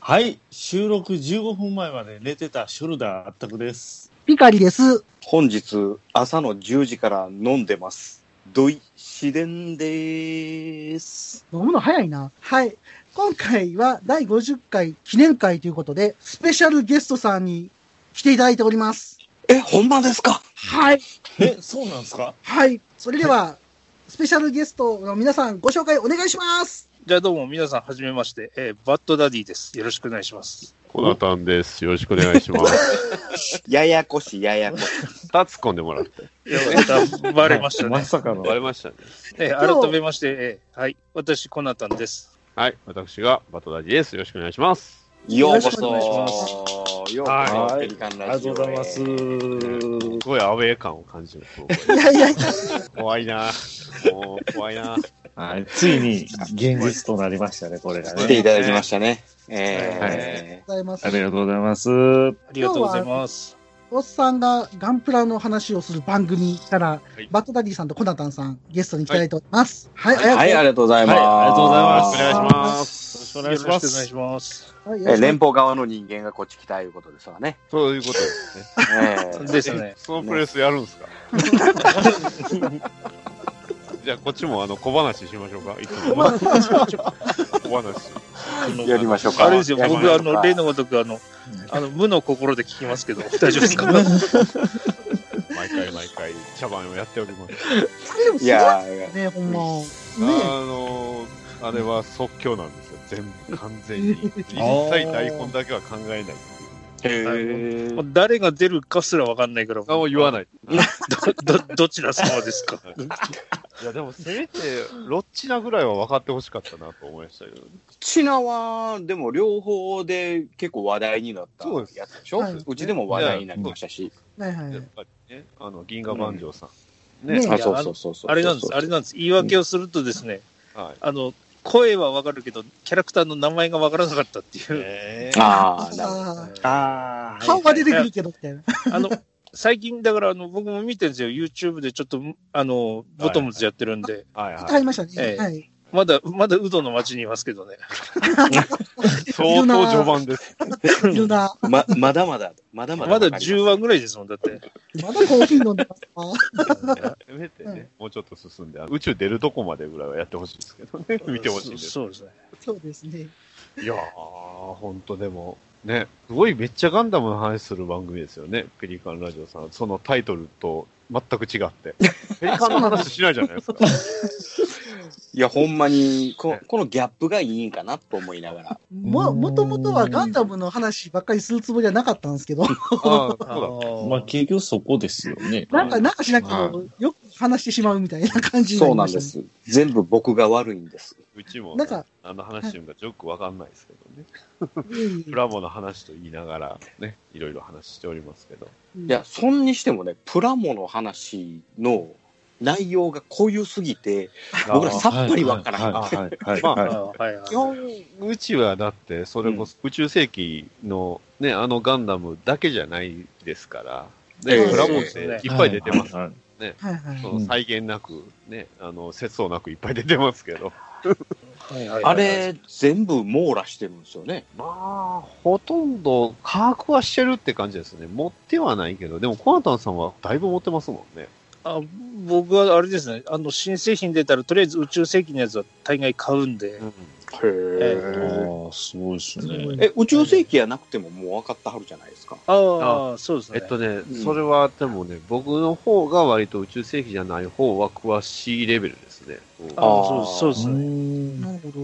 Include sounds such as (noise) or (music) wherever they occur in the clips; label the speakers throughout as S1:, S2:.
S1: はい、収録15分前まで寝てたショルダーあったくです。
S2: ピカリです。
S3: 本日朝の10時から飲んでます。ドイシデンでーす。
S2: 飲むの早いな。はい。今回は第50回記念会ということで、スペシャルゲストさんに来ていただいております。
S3: え、ほんまですか
S2: はい。
S1: え、そうなんですか
S2: はい。それでは、スペシャルゲストの皆さんご紹介お願いします。
S4: じゃあどうも皆さんはじめまして、えーバッドダディです。よろしくお願いします。
S5: コナタンです。よろしくお願いし (laughs) ます。
S3: ややこしい、ややこしい。
S5: 二つ込んでもらって。
S4: いやまたバレまし
S1: (laughs)
S4: た
S1: ま
S4: ね。
S1: さかの。
S5: バレましたね。
S4: えー改めまして、えーはい、私コナタンです。
S5: はい。私がバトダディです。よろしくお願いします。
S1: (laughs)
S3: ようこそ。
S2: よろしくお願い
S3: ようこ
S5: は
S3: そ。
S1: い
S3: ペリカン
S1: あり
S3: ラ
S1: が
S3: ジ
S1: と
S3: オ
S1: う
S3: へ
S1: ございます。。
S5: すごいアウェー感を感じる。
S2: いやいやいや、
S5: 怖いな。もう怖いな。
S1: はい、ついに現実となりましたね、これが
S3: 来てい
S1: ね。
S3: ただきましたね。え
S2: ございます
S1: あ。りがとうございます。は
S4: ありがとうございます。
S2: おっさんがガンプラの話をする番組から、
S5: い
S2: バットダディさんとコナタンさん、ゲストに来ていただいております。はい。
S3: ー、はい、あ
S2: あ
S3: りがとうござ
S1: い、あ
S3: い
S1: り
S3: ます。
S1: がとうございます。
S5: お願いします。
S1: す。よろしくお願いします。
S4: ます。
S2: り
S3: えー連
S2: 連
S3: 邦側の人間がこっち来たいうことですわね。
S5: そういうことですね。
S3: えー
S4: ですね。
S5: そのプレスやるんですかじゃあこっちもあの小話しましょうか。いつもの小話。
S3: やりましょうか。
S4: あれですよ、
S3: やりまし
S4: 僕、
S3: ょ
S4: あ
S3: うか
S4: の、例のごとく、あの、あの無の心で聞きますけど、大丈夫ですか
S5: 毎回毎回茶番をやっております。
S3: いやーいや
S2: ね、ほんま。
S5: あ
S2: ね
S5: のあれは即興なんですよ。全部完全 (laughs) に。一切台本だけは考え (laughs) ないっていう。
S3: へ
S4: もう
S3: ー
S4: 誰が出るかすらわかんないから、
S5: あもう言わ
S4: い。
S5: ない。
S4: ど、ど、どちら様ですか
S5: いや、でもせめて、ロッチなぐらいは分かってほしかったなと思いましたけど、
S3: チナは、でも両方で結構話題になった
S5: そうです
S3: やつでしょ
S2: はいう
S3: ちでも話題になりましたし。
S2: はいは
S5: やっ
S2: い。
S5: ぱりね、あの、銀河万丈さん。
S2: ね
S5: ね
S2: あ
S3: うそうそ
S4: あれなんです、あれなんです。言い訳をするとですね、
S5: はい。
S4: あの、声はわかるけど、キャラクターの名前がわからなかったっていう。
S5: え
S3: ああ、なるほど。
S2: あー
S1: あー
S2: 顔が出てくるけど、みたいな。
S4: あの、最近、だから、あの、僕も見てるんですよ。YouTube でちょっと、あの、ボトムズやってるんで、
S5: はい
S2: 買
S5: はい
S2: ましたね。
S4: ええ
S2: はい。
S4: まだ、まだウドの町にいますけどね。
S5: い。相当序盤です。
S2: いる
S4: (laughs)
S2: な。
S3: ま、まだまだ、まだまだ。
S4: まだ10話ぐらいですもん、だって。
S2: まだコーヒー飲んでます (laughs) か
S5: せめてね、もうちょっと進んで、あの宇宙出るとこまでぐらいはやってほしいですけどね、見てほしいです。
S4: そうそうですね。
S2: そうですね。
S5: いやー、ほんとでも、ね、すごいめっちゃガンダムの話する番組ですよね、ペリカンラジオさん。そのタイトルと全く違
S2: (laughs)
S5: って。ペリカンの話しないじゃないですか。
S3: いや、ほんまに、ここのギャップがいいんかなと思いながら。
S2: も、もともとはガンダムの話ばっかりするつもりはなかったんですけど、
S5: ああ、そう
S4: あ
S5: だ。
S4: の
S1: まあ、結局そこですよね。
S2: なんか、なんかしなくてもよく話してしまうみたいな感じにな
S3: そう
S2: り
S3: な
S2: ま
S3: ん
S2: した
S3: で
S2: ね。
S3: す。全部僕が悪いんです。
S5: うちも、
S2: な
S5: ね
S2: んか、
S5: あの話してるのかよくわかんないですけどね。
S2: いえ
S5: プラモの話と言いながら、ね、いろいろ話しておりますけど。
S2: いえ
S3: いや、、そんにしてもね、プラモの話の内容が濃ゆすぎて、僕ら
S5: あー
S3: さっぱりわからん。
S1: はい、はい、はい。
S5: まあ
S1: はい
S4: あはいはい
S5: 基本、うちはだって、それこそ宇宙世紀のね、あのガンダムだけじゃないですから、
S3: え
S5: ね、
S3: え
S5: プラモっ
S4: そうで
S5: て
S4: す
S5: いっぱい出てます。
S1: はいはい
S2: はいはい。
S5: その再現なく、ね、あの、節操なくいっぱい出てますけど。
S4: はいはいはい
S3: あれ、全部網羅してるんですよね。
S5: (laughs) まあ、ほとんど、把握はしてるって感じですね。持ってはないけど、でも、コナタンさんはだいぶ持ってますもんね。
S4: あ僕はあれですね、あの、新製品出たら、とりあえず宇宙世紀のやつは大概買うんで、
S3: へ
S1: あ
S3: え。
S1: ー、すごいですね。
S3: え、宇宙世紀やなくてももう分かってはるじゃないですか。
S4: ああ、そうです
S5: え
S4: ね。
S5: っとね、
S3: ん
S5: それはでもね、僕の方が割と宇宙世紀じゃない方は詳しいレベルですね。うん
S4: あそうそうですね。
S1: うん
S2: なるほど。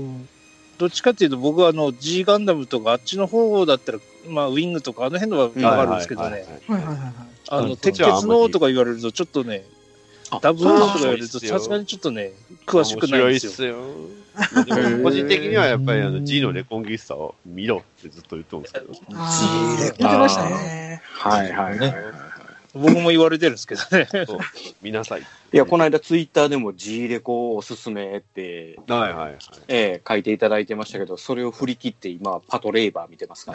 S4: どっちかっていうと、僕はあの G ガンダムとか、あっちの方だったら、まあ、ウィングとか、あの辺のは分かるんですけど
S5: はい
S4: ね
S5: はい、は
S2: は
S5: い
S2: いはいはいはい。
S4: あ
S1: うん
S4: の鉄血のとか言われると、ちょっとね、ダブルとか言われると、
S5: そうなんですよ
S4: さすがにちょっとね、詳しくないんですよ。
S5: 面白いっすよ。でも個人的にはやっぱりあの G のレコンギスタを見ろってずっと言ってるんですけど。
S2: ああ、
S1: え
S2: 言ってましたね。
S3: はいはいはいはい。
S4: 僕も言われてるんですけどね。
S5: 見なさい。
S3: いや、この間ツイッターでも G レコおすすめって、
S5: はいはいはい。
S3: ええ書いていただいてましたけど、それを振り切って今、パトレイバー見てますか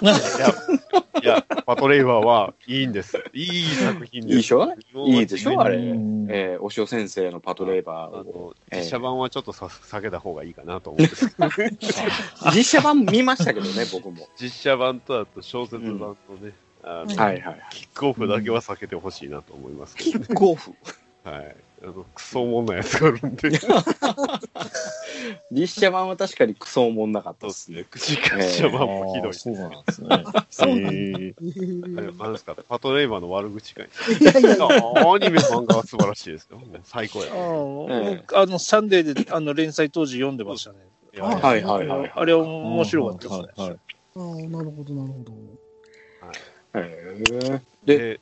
S3: ら。
S5: いや、パトレイバーはいいんです。いい作品です。
S3: いいでしょいいでしょあれ。
S1: う
S3: え
S1: ん
S3: えお塩先生のパトレイバ
S5: あ
S3: ーを。
S5: の
S3: ええ
S5: 実写版はちょっとさ下げた方がいいかなと思うんですけど
S3: (laughs) 実写版見ましたけどね、
S5: (laughs)
S3: 僕も。
S5: 実写版とあと小説版とね、あの
S3: はいはい。
S5: キックオフだけは避けてほしいなと思いますけ
S3: キックオフ。
S5: ど、はい、あのクソもんなやつがあるんで、
S3: 実写版は確かにクソおもんなかった
S5: そう
S3: で
S5: ですす
S3: ね。
S5: ね、実写版もひどい
S1: あーそうなんですね。え
S5: あれ。なんですか、パトレイバーの悪口かい。
S2: いやいやいや、
S5: アニメ、漫画は素晴らしいですよ、もう最高や。
S3: ええ
S4: 僕あの、サンデーであの連載当時読んでましたね。
S5: いや
S3: はいはいはい
S4: あれは
S1: ー
S4: 面白かったですね。
S1: はいはい
S2: (laughs) あーなるほど、なるほど。
S3: ええ
S5: で、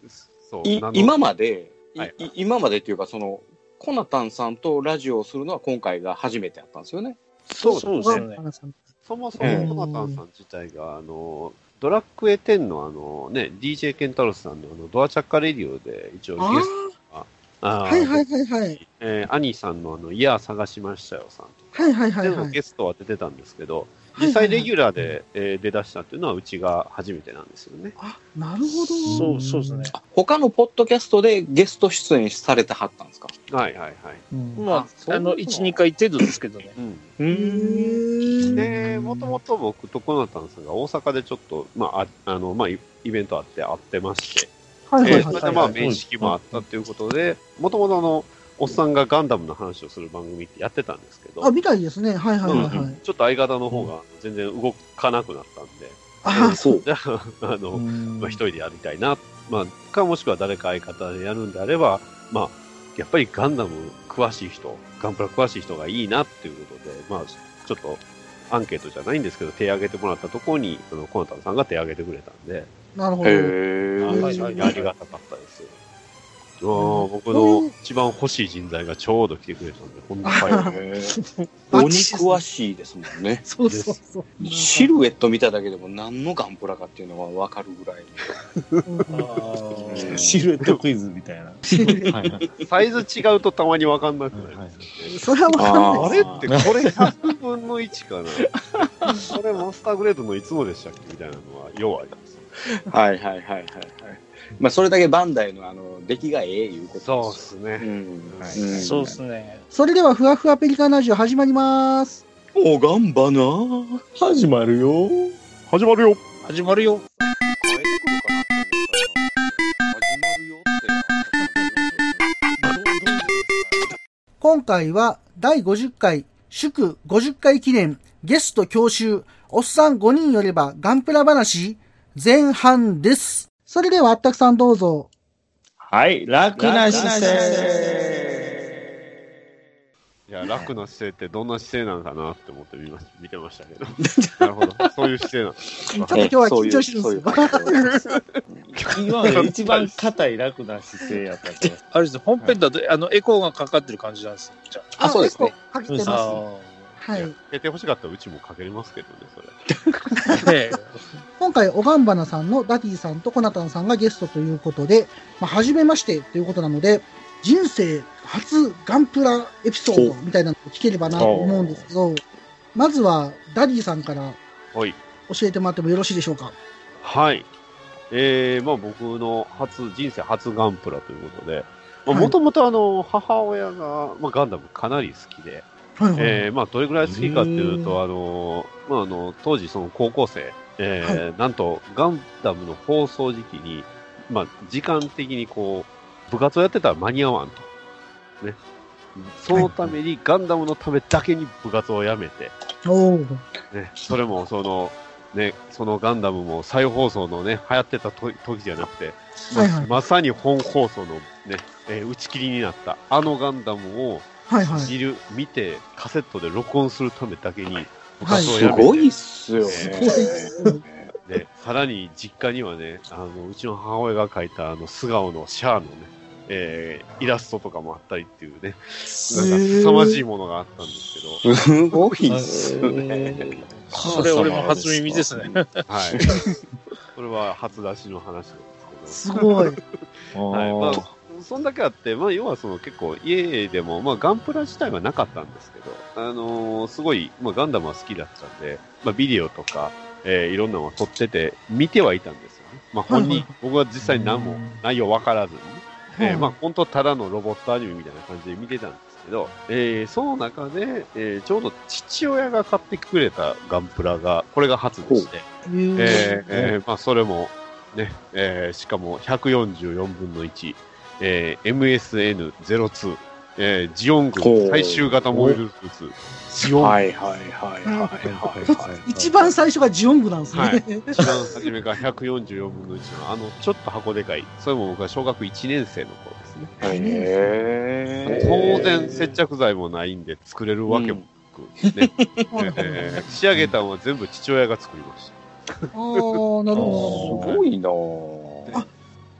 S5: そう
S3: い
S5: なの
S3: 今まで、い
S5: はい
S3: い今までっていうか、その、コナタンさんとラジオをするのは今回が初めてだったんですよね。
S5: そう
S4: そうですよね。
S5: そもそ
S3: ええ
S5: も、コナタンさん自体が、あの、ドラッグエ10のあの、ね、DJ ケンタロスさんのあのドアチャッカレディオで一応
S2: あ
S5: ゲスト、あ
S2: あ、
S5: ー
S2: はいはいはいはい。
S5: えー、兄さんのあの、いや、探しましたよさんと
S2: はいはいはい
S5: で
S2: は
S5: も
S2: い。
S5: ゲストは出てたんですけど、
S2: はい
S5: 実際レギ
S2: ュ
S5: ュラーで、えー出だしたっていうのはうちが初めてなんですよね。
S2: あ、なるほど。
S4: そうそうですね。
S3: 他のポッドキャストでゲスト出演されてはったんですか
S5: はいはいはい。
S1: うん
S4: ま
S3: そう
S4: あ、あの、1、2回程度ですけどね。
S5: うん、
S3: う
S2: へー
S5: で、もともと僕とコナタンさんが大阪でちょっと、まあ、ああの、まあ、イイベントあって会ってまして、
S2: はいはい
S5: え
S2: は
S5: ー
S2: い
S5: そ
S2: は
S5: れ
S2: い。
S5: でまあ面識もあったということで、もともとあの、おっさんがガンダムの話をする番組ってやってたんですけど、
S2: あ、みたいですね。はいはいはいはい。
S5: うんちょっと相方の方が全然動かなくなったんで、 (laughs)
S2: あ、
S3: そう。
S5: じゃあ、あの、まあ、一人でやりたいな、まあ、かもしくは誰か相方でやるんであれば、まあ、やっぱりガンダム詳しい人、ガンプラ詳しい人がいいなっていうことで、まあ、ちょっとアンケートじゃないんですけど、手挙げてもらったところに、そのコナタンさんが手挙げてくれたんで、
S2: なるほ
S3: へ
S2: ど。
S3: え
S2: ー
S5: はいはいありがたかったですよ。
S2: う
S5: あー
S2: ん
S5: 僕の一番欲しい人材がちょうど来てくれたんで、本当に
S2: あ
S5: はい。
S3: お肉はしいですもんね。
S2: (laughs) そうそうそう。
S3: シルエット見ただけでも何のガンプラかっていうのがわかるぐらい
S1: うんシルエットクイズみたいな。
S5: サイズ違うとたまにわかんなくなりますね。
S2: それはわかん
S5: あ
S2: ない
S5: れってこれ100分の1かなこれマスターグレードのいつもでしたっけみたいなのはようあります。
S3: (laughs) はいはいはいはいはい。まあそれだけバンダイのあの出来がええいうこと
S5: そうで
S3: です
S5: す
S3: よ。
S5: ね。
S3: ん
S5: はい
S3: ん
S4: そうですね。
S2: それでは、ふわふわペリカンラジオ始まります。
S3: おがんばな。
S1: 始まるよ。
S5: 始まるよ
S4: 始まるよ。
S2: 今回は、第50回、祝50回記念、ゲスト教習、おっさん5人よればガンプラ話、前半です。それでは、あったくさんどうぞ。
S1: はい、楽な姿勢。
S5: いや、楽な姿勢ってどんな姿勢なのかなって思って見ま見てましたけど。 (laughs) なるほど。そういう姿勢なんです
S2: ちょっと今日は緊張してるんですよ。
S1: 今まで一番硬い楽な姿勢やったから。
S4: あれですね、本編だと、あの、エコーがかかってる感じなんですよ。じゃ
S3: あそうですね。
S2: (laughs) あ。結構かけて
S1: あ
S2: ま
S1: ー
S2: す。はい。
S5: かけてほしかったらうちもかけれますけどね、そ
S4: あ。
S5: れ。
S4: ええ
S2: 今回、おがんばなさんのダディさんとコナタンさんがゲストということで、まあ、初めましてということなので、人生初ガンプラエピソードみたいなのを聞ければなと思うんですけど、まずはダディさんから
S5: はい。
S2: 教えてもらってもよろしいでしょうか。
S5: はい。えー、まあ僕の初、人生初ガンプラということで、
S2: はい
S5: もともとあの、母親が、まあ、ガンダムかなり好きで、
S2: はいはい。
S5: えーまあ、どれぐらい好きかっていう
S1: う
S5: と、あのまあ、あの当時、その高校生、えーなんとガンダムの放送時期に、まあ、時間的にこう部活をやってたら間に合わんと、ね、そのためにガンダムのためだけに部活をやめて、
S2: おー
S5: ね、それもその、ね、そのガンダムも再放送の、ね、流行ってたと時じゃなくて、まあ
S2: はいはい
S5: まさに本放送の、ねえー打ち切りになったあのガンダムを
S2: はいはい。
S5: 見る、見て、カセットで録音するためだけに、部
S2: はい
S5: 活を
S3: す
S5: やめて、
S3: ごいっすよね。
S5: す
S2: ごいっすよ
S5: でさらに実家にはね、あのうちの母親が描いたあの素顔のシャアのね、えーイラストとかもあったりっていうね、なんか凄まじいものがあったんですけ
S3: すごいっすね。
S4: それ俺も初耳ですね。
S5: ど、はい。それは初出しの話なんです
S2: す
S5: けど。
S2: ごい。
S5: はいま
S1: あ
S5: あ、そんだけあって、まあ、要はその結構家でも、まあ、ガンプラ自体はなかったんですけど、あのーすごい、まあ、ガンダムは好きだったんで、まあ、ビデオとか、えーいろんなのを撮ってて、見てはいたんですよね。まあ、本
S2: はい
S5: 人
S2: は、
S5: 僕は実際に何も内容わからずに、えーまあ、
S2: あ、
S5: 本当ただのロボットアニメみたいな感じで見てたんですけど、えーその中で、えーちょうど父親が買ってくれたガンプラが、これが初でして、えーえーまあ、それも、ねえーしかも144分の1、えー MSN02、えージオン
S3: ほ
S5: 軍
S3: う
S5: 最終型モイルスーツ、ジオン、
S3: はいはいはいはいはいはい。
S2: 一番最初がジオングなんですね。
S5: はい
S2: (laughs)
S5: 一番初めが144分の1の、あの、ちょっと箱でかい、それも僕は小学1年生の頃ですね。
S3: へー
S5: 当然、接着剤もないんで作れるわけもなく、ねえー仕上げたのは全部父親が作りました。
S2: ああ、なるほど。
S3: すごいなぁ
S5: あ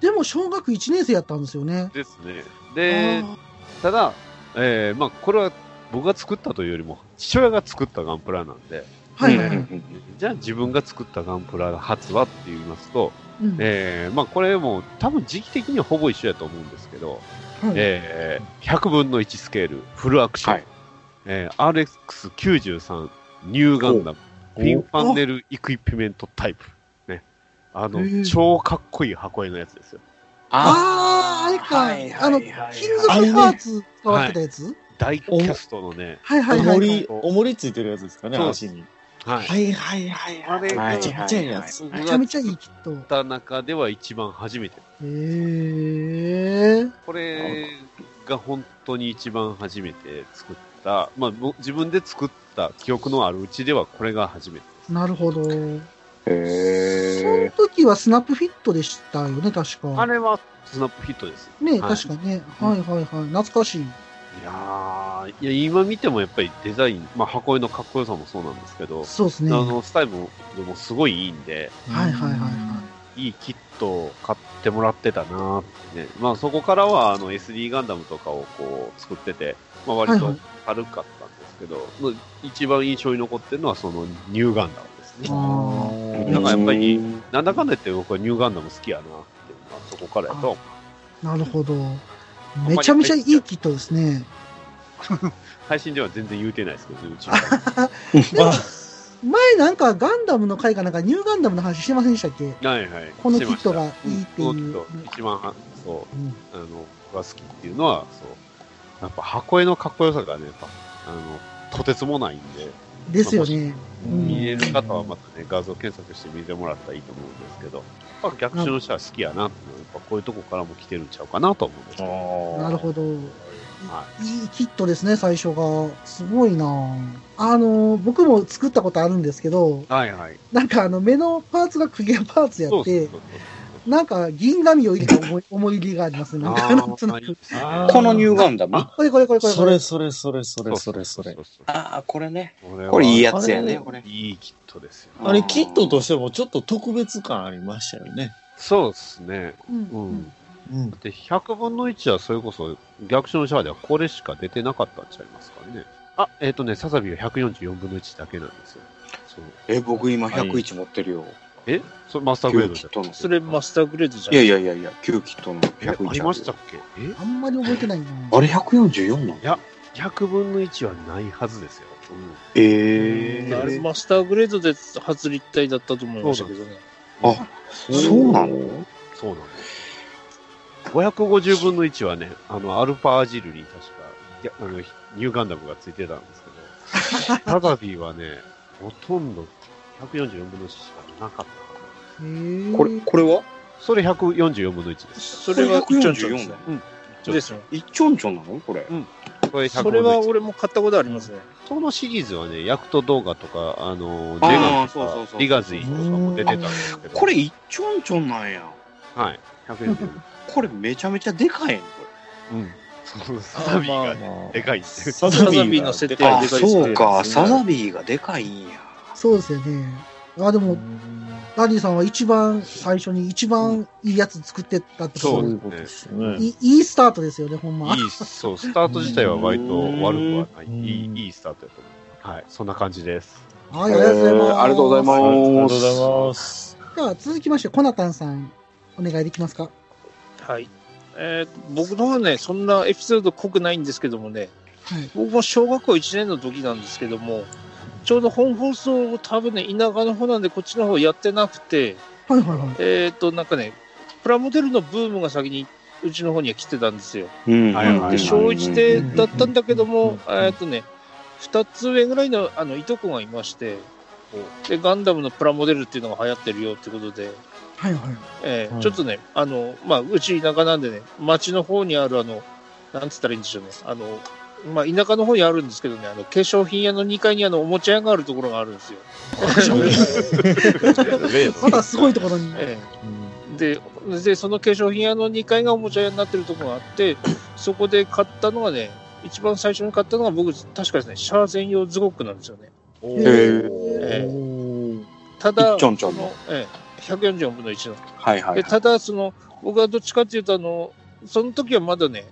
S2: でも小学1年生やったんですよね。
S5: ですね。で、ただ、えーまあ、これは僕が作ったというよりも、父親が作ったガンプラなんで、
S2: あーはいはいはい。
S5: じゃあ自分が作ったガンプラが初はって言いますと、
S2: うん
S5: えーまあ、これも多分時期的にはほぼ一緒やと思うんですけど、
S2: はい
S5: えー100分の1スケール、フルアクション、
S3: はい
S5: えー RX93、ニューガンダム、フィンファンネルイクイピメントタイプ。ね、あの、
S2: へー
S5: 超かっこいい箱絵のやつですよ。
S2: ああ、あれか、
S3: はいはいはいはい
S2: あの、金属パーツ使わってたやつ、
S5: 大キャストのね、
S2: はい、はいはい
S1: 重
S2: はい。
S1: り、重りついてるやつですかね、
S5: そう
S1: 足に。
S5: はい、
S1: いはいはい
S5: あれ
S3: は
S5: が
S3: い
S1: ちっちゃいやつ。
S2: めちゃめちゃいいキット。へ
S5: た中では一番初めて。
S2: え。
S5: これが本当に一番初めて作った、まあ、僕自分で作った記憶のあるうちではこれが初めて。
S2: なるほど。その
S3: へ
S2: 時はスナップフィットでしたよね、確
S5: あ
S2: か。
S5: れはスナップヒットです。
S2: ね、
S5: はい
S2: 確かね。はいはいはい。懐かしい。
S5: いやーいや今見てもやっぱりデザイン、まあ、箱絵のかっこよさもそうなんですけど、
S2: そうです
S5: あ
S2: ね。はい
S5: のスタイルもでもすごいいいんで、
S2: はいはいはい
S5: いキットを買ってもらってたなーってね。まあそこからはあの SD ガンダムとかをこう作ってて、まあ割
S2: はい
S5: と
S2: はい
S5: 軽かったんですけど、まあ一番印象に残ってるのはそのニューガンダムです
S2: い。
S5: ね。
S2: あ
S3: ー
S5: なんかやっぱり、なんだかんだ言って僕はニューガンダム好きやなって、まあそこからやと思う。
S2: あ、なるほど。めちゃめちゃいいキットですね。
S5: 配信では全然言うてないですけどね、
S2: (laughs)
S5: うち
S2: でも
S1: あ、
S2: 前なんかガンダムの回かなんかニューガンダムの話してませんでしたっけ
S5: は。はいはい。
S2: この
S5: してました
S2: キットがいいっていうん
S5: このキット、一番は、そう
S2: うん、
S5: あの、僕が好きっていうのは、そう。やっぱ箱絵のかっこよさがね、やっぱ、あの、とてつもないんで、
S2: ですよね。うん
S5: 見える方はまたね、画像検索して見てもらったらいいと思うんですけど、まあ、逆襲の人は好きやなっていうのは、やっぱこういうとこからも来てるんちゃうかなと思うんですけど、
S2: なるほど。
S5: はい
S2: いいキットですね、最初が。すごいなあの、僕も作ったことあるんですけど、
S5: はいはい。
S2: なんかあの、目のパーツがクギアパーツや
S5: そ
S2: っ
S5: うそう
S2: て
S5: そ、う
S2: なんか銀紙を入れた思い (laughs) 思い入れがありますね。
S5: そ
S2: な
S5: うん
S2: かなんと
S5: あ
S2: な
S5: ーい
S2: く。
S5: いですね
S1: あー
S3: このニューガンダム
S1: あ
S2: これこれこれこれこ
S1: そ
S2: れ
S1: れ。それそれそれそれそれ。
S5: うそう
S3: ああ、これね。
S5: そう
S3: これいいや
S5: は
S3: つやね、
S1: あれ
S3: これ。
S5: いいキットですよ。
S1: あれ、キットとしてもちょっと特別感ありましたよね。
S5: そうですね。
S2: うん
S5: う
S2: うんん。
S1: うん。
S5: で、100分の1はそれこそ、逆襲のシャワーではこれしか出てなかったんちゃいますかね。あ、えっ、とね、ササビは144分の1だけなんですよ。そう。
S3: え、僕今101持ってるよ。
S5: えそれマスターグレー
S3: 旧
S5: ド
S3: キ
S5: じ
S3: ッ
S5: ゃ
S3: トの。
S4: それマスターグレードじゃな
S3: いや
S4: い
S3: いやいやいや、旧キットの
S5: え
S3: 101。
S5: ありましたっけえ
S2: あんまり覚えてないな
S3: あれ144なの
S5: 100分の1はないはずですよ。う
S3: え
S4: あれ
S3: え。
S4: マスターグレードで初立体だったと思いましたけどね。
S3: あ、そうなの
S5: ん、そうなんです。550分の1はね、あの、アルファアジルに確か、いやあの、ニューガンダムがついてたんですけど、サ (laughs) ザビーはね、ほとんど144分の1しかなかったかな。
S2: へー
S3: これ、これは
S5: それ144分の1です。
S4: それは、
S3: これ
S4: ちょんちょん
S3: 144だよ。
S4: ですね。
S3: 一ちょんちょんなのこれ。
S5: これ100
S4: それは
S5: 分の1
S4: 俺も買ったことありますね。
S5: そのシリーズはね、ヤクト動画とか、あの、ジ
S3: あー
S5: ェガンと
S3: そうそうそ
S5: か、
S3: う
S5: リガズイとかも出てたんですけど、
S3: これ一ちょんちょんなんや。
S5: はい、144分。
S3: これめちゃめちゃでかいね、
S5: うん。 (laughs) サザビーがね、でかいっていう。
S1: サ
S4: サザビーの設定
S3: これ。
S4: は
S3: あ、
S4: でかいですね。
S3: そうか。サザビーがでかいんや。
S2: そうですよね。あ、でも、ダディさんは一番最初に一番いいやつ作ってったって
S5: そ
S2: こ
S5: う
S2: と
S1: そういうことですね。
S2: いいいいスタートですよね、ほんま。
S5: いい、そう、スタート自体は割と悪くはない。
S1: うん
S5: いい、いいスタートやと思う。はい、そんな感じ (laughs) です。
S2: はい、ありがとうございます。
S3: えーありがとうございます
S1: ありがとうございます。
S2: では続きまして、コナタンさん、おお願いできますか
S4: はい。えー僕の方はね、そんなエピソード濃くないんですけどもね、
S2: はい。
S4: 僕も小学校1年の時なんですけども、ちょうど本放送を多分ね、田舎の方なんでこっちの方やってなくて、
S2: はいはいはい。
S4: えーっと、なんかね、プラモデルのブームが先にうちの方には来てたんですよ。
S3: うん
S5: はいはいはい
S4: で、小
S3: 一
S4: 一でだったんだけど
S1: うん
S4: も、えーっとね、2つ上ぐらいのあのいとこがいまして、で、ガンダムのプラモデルっていうのが流行ってるよってことで、
S2: はいはい。
S4: えー
S1: はい
S4: ちょっとね、あの、まあ、うち田舎なんでね、町の方にある、あの、なんつったらいいんでしょうね、あの、まあ、田舎の方にあるんですけどね、あの、化粧品屋の2階にあの、おもちゃ屋があるところがあるんですよ。
S5: 例
S2: またすごいところに。
S4: (laughs) えーで、で、その化粧品屋の2階がおもちゃ屋になってるところがあ
S3: (coughs)
S4: って、そこで買ったのがね、一番最初に買ったのが僕、確かですね、シャーゼン用ズゴックなんですよね。
S5: の。
S2: へ
S5: へ
S4: えー
S1: おー
S4: ただ、
S3: ちょんちょん
S4: そ
S3: の
S4: の。えー144分の1の。
S3: はいはい
S4: で
S3: はい。
S4: ただその僕はどっちかっていうとあのその時はまだね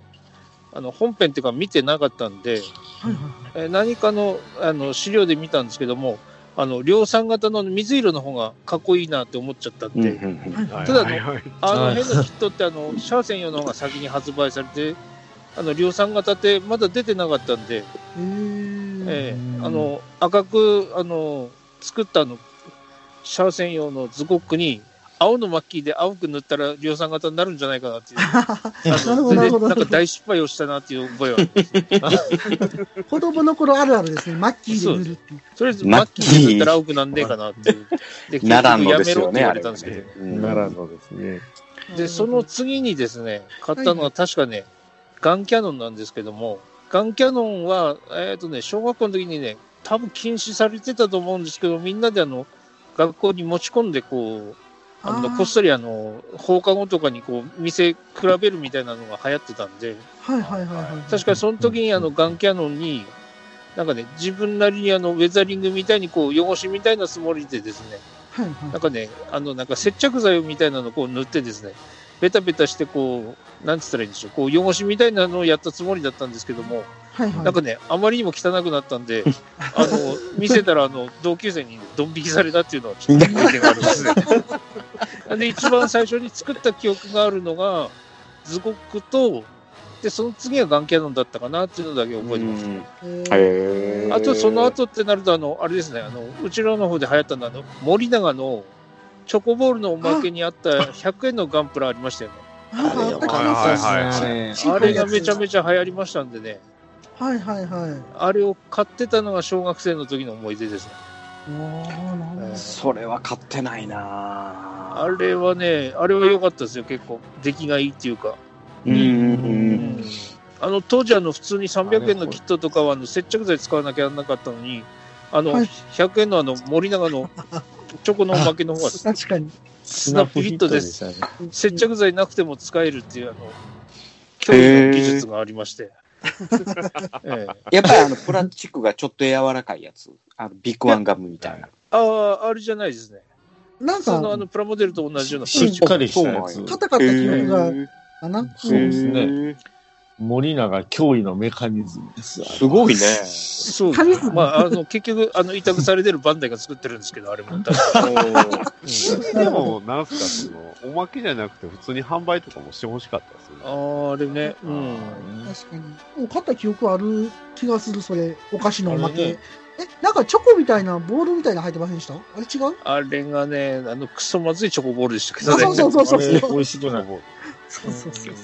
S4: あの本編っていうか見てなかったんで、
S2: はいはい。
S4: えー何かのあの資料で見たんですけどもあの量産型の水色の方がかっこいいなって思っちゃったんで、
S3: うんうんうん
S5: はい
S4: ただの
S5: はいはい
S4: あの辺のキットってあのシャーセン用の方が先に発売されてあの量産型ってまだ出てなかったんで、
S2: えー
S4: えーあの赤くあの作ったあのシャーセン用のズコックに青のマッキーで青く塗ったら量産型になるんじゃないかなっていう。
S2: なるほど、なるほど
S4: なんか。大失敗をしたなっていう覚えはある。
S2: (laughs) 子供の頃あるあるですね。マッキーで塗るっていう。
S4: とりあえず、マッキーだったら青くなんねえかなっていう。で
S3: 奈良のです
S4: 結
S3: よ
S4: 局
S3: ね、
S4: や
S3: あ
S4: め
S3: れ
S4: ろ
S3: は
S4: って言われたんですけ
S3: ね
S4: ど。。
S3: うん
S1: ならのですね。
S4: で、その次にですね、買ったのは確かね、ガンキャノンなんですけども、ガンキャノンは、えっ、とね、小学校の時にね、多分禁止されてたと思うんですけど、みんなであの、学校に持ち込んで、こう、あの、
S2: ー
S4: こっそりあの、放課後とかにこう、見せ比べるみたいなのが流行ってたんで、
S2: はいはいはいはい。
S4: 確かにその時にあ
S1: う
S4: のガンキャノンに、なんかね、自分なりにあのウェザリングみたいにこう汚しみたいなつもりでですね、
S2: はいはい
S4: なんかね、あのなんか接着剤みたいなのをこう塗ってですね、ベタベタしてこう、なんつったらいいんでしょう、こう汚しみたいなのをやったつもりだったんですけども、
S2: はいはい。
S4: なんかね、あまりにも汚くなったん
S2: (laughs)
S4: で、あの、見せたらあの、同級生にドン引きされたっていうのはちょっと経験があるんですね。で、一番最初に作った記憶があるのが、ズゴックと、で、その次はガンキャノンだったかなっていうのだけ覚えてます。
S2: え
S3: へ
S2: ー
S3: ー
S4: あと、その後ってなると、あの、あれですね、あの、うちらの方で流行ったのは、あの、森永のチョコボールのおまけにあった100円のガンプラありましたよね。
S2: なんかあったか
S5: はい
S2: な
S5: はいはい
S4: あれがめちゃめちゃ流行りましたんでね、
S2: はいはいはい。
S4: あれを買ってたのが小学生の時の思い出ですね。
S2: おーなるほど
S4: えー
S3: それは買ってないな
S4: あれはね、あれは良かったですよ、結構。出来がいいっていうか。
S3: うんうんうん
S4: あの、当時、あの、普通に300円のキットとかは、あの、接着剤使わなきゃならなかったのに、あの、
S2: はい
S4: 100円のあの、森永 (laughs) のチョコのおまけの方が、
S2: 確かに。
S4: スナップヒットで
S1: スナ
S4: す。
S1: ップヒット
S4: 接着剤なくても使えるっていう、あの、教育の技術がありまして。ええ
S3: やっぱりあの、プラスチックがちょっと柔らかいやつ。あの、ビッグワンガムみたいな。
S4: ああ、あれじゃないですね。
S2: なん
S4: 普通
S2: か、
S4: のあの、プラモデルと同じような。
S1: しっかりしたや
S3: そ
S1: つ
S3: うなん。や
S2: 硬かった記憶がある
S3: へ
S2: かな。うん
S1: そうですね
S3: ー
S1: 森永脅威のメカニズムです。
S3: すごいね。
S4: そう
S2: 紙ですね
S4: まあ、あの、結局、あの、委託されてるバンダイが作ってるんですけど、あれも。
S5: でも、なんすか、その、おまけじゃなくて、普通に販売とかもしてほしかったですよね。
S4: あれね、うん。
S2: 確かに。もう買った記憶ある気がする、それ。お菓子のおま
S1: あれ
S2: け
S1: ね。
S2: え、なんかチョコみたいな、ボールみたいなの入ってませんでしたあれ違う
S4: あれがね、あの、クソまずいチョコボールでしたけど
S2: あ
S4: ね。
S2: そうそうそう
S1: あ
S2: そう。
S1: れ美味しくない。
S2: そうそうそうそう。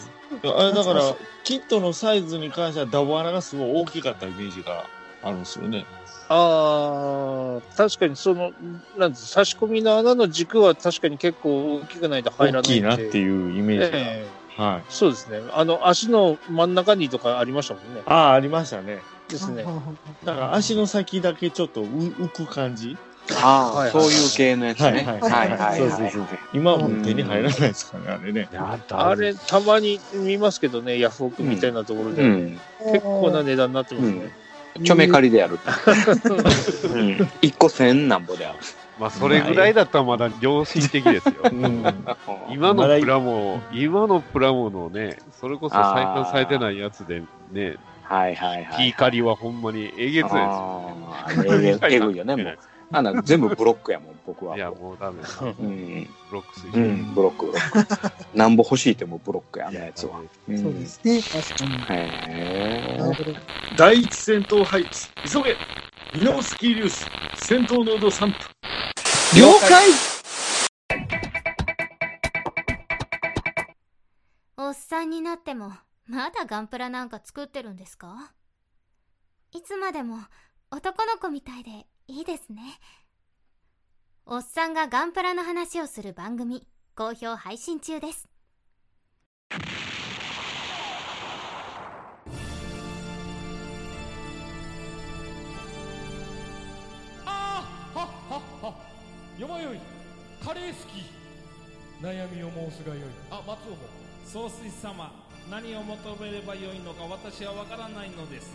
S1: あれだから、キットのサイズに関してはダボ穴がすごい大きかったイメージがあるんですよね。
S4: ああ、確かにその、なんて差し込みの穴の軸は確かに結構大きくないと入らない
S1: 大
S4: んで。
S1: きいなって
S4: う。
S1: いうイメージが。
S4: ええ
S1: はい。
S4: そうですね。あの、足の真ん中にとかありましたもんね。
S1: ああ、ありましたね。
S4: ですね
S2: は。ははは
S1: だから足の先だけちょっとう浮く感じ。
S3: あ
S4: は
S3: あ、
S4: い
S3: そういう系のやつね。
S1: はい
S2: はい
S3: はい
S1: そう
S3: は
S1: そう
S3: い
S1: そう。今はもう手に入らないですからね、あれね。
S5: やだ
S4: あれ、たまに見ますけどね、ヤフオクみたいなところで。
S3: うん。
S4: 結構な値段になってますね。
S3: ちょめ借りでやる。
S4: (laughs)
S3: うん。1個1000なんぼである。
S5: まあ、それぐらいだったらまだ良心的ですよ。
S1: うん。 (laughs)
S5: 今のプラモ、今のプラモのね、それこそ再
S3: あ
S5: 販
S3: ー
S5: されてないやつでね、
S3: はいはいは
S5: ピー
S3: い。
S5: カリはほんまにえげつないですよね。
S3: あーえぐいえぐいよね、もう。あんな全部ブロックやもん、僕は。
S5: いや、もうダメだ。 (laughs)
S3: うん、
S5: ブロックする
S3: う。ん、ブロック、ブロック。なんぼ欲しいってもブロックや、あんなやつは。ん
S2: そうで。すね。確かに。
S3: へ
S2: なる
S3: ー
S2: ほど。
S1: 第一戦闘配置、急げミノスキー粒子、戦闘濃度3分。
S2: 了解
S6: おっさんになってもまだガンプラなんか作ってるんですかいつまでも男の子みたいでいいですねおっさんがガンプラの話をする番組好評配信中です
S7: あーはっはっは山よいカレー好き悩みを申すがよいあ松尾も
S8: 総帥様何を求めればよいのか私は分からないのです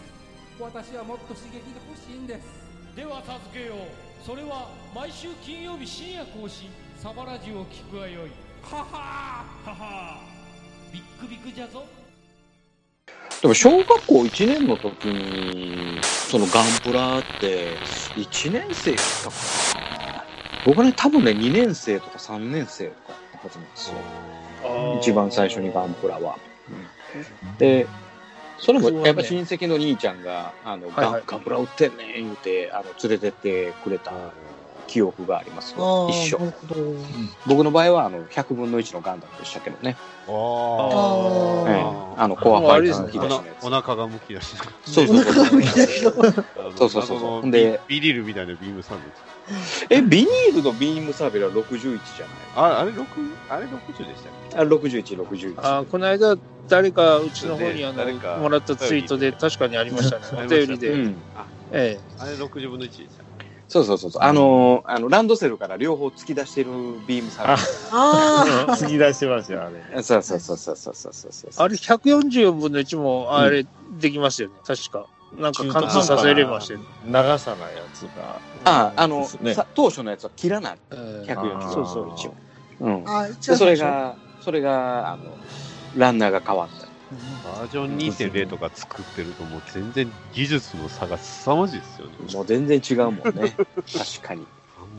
S7: 私はもっと刺激が欲しいんですでは授けようそれは毎週金曜日深夜更新サバラジュを聞くがよいははははビックビックじゃぞ
S3: でも、小学校1年の時に、そのガンプラって、1年生だったかな。僕ね、多分ね、2年生とか3年生とかだったはずなんですよ。一番最初にガンプラは。で、それもやっぱ親戚の兄ちゃんが、あの、
S4: はいは
S3: ガ
S4: い
S3: ンガンプラ売ってんねん言うて、あの、連れてってくれた記憶があります
S2: あ
S3: よ。
S2: あ、
S3: 一緒
S2: な。るほど。
S3: 僕の場合は、あの、100分の1のガンダムでしたけどね。
S2: あ
S3: ええあの、コアファイターの
S5: お
S3: 東
S5: な
S3: のやつ。
S5: お腹がむき出し。
S3: そう
S2: お
S3: そう
S2: 腹が
S3: そう
S2: 見たけど。
S3: そうそうそう
S5: 謎の
S3: で
S5: ビリルみたいなビームサンドイッチ。
S3: え、ビニールのビームサーベルは61じゃ
S5: ああれ六あれ六十でしたっけ？
S3: ないあ、61、61。
S4: あーこの間、誰かうちの方にあの
S5: 誰か
S4: もらったツイートで確かにありましたね、お便り
S3: う
S4: で。
S3: ん。
S4: え
S5: あれ六十分の一でしたっ
S3: そうそうそうそう。あのーあの、ランドセルから両方突き出してるビームサーベル。
S2: ああ。
S1: 継ぎ出してますよ、あれ。
S3: そうそうそうそうそうそうそうそう。
S4: あれ144分の1もあれできますよね、確か。なんか貫通させれましたよね。
S1: 長さのやつが。
S3: ああの、
S1: ね
S3: さ当初のやつは切らない。
S4: ええ
S3: 140
S1: そう
S4: そう
S3: 一応。うん。
S2: ああ、一
S3: で
S2: 応。
S3: それ。が、それが、あの、ランナーが変わった。
S5: け？バージョン二点零とか作ってるともう全然技術の差が凄まじいですよね。
S3: もう全然違うもんね。確かに。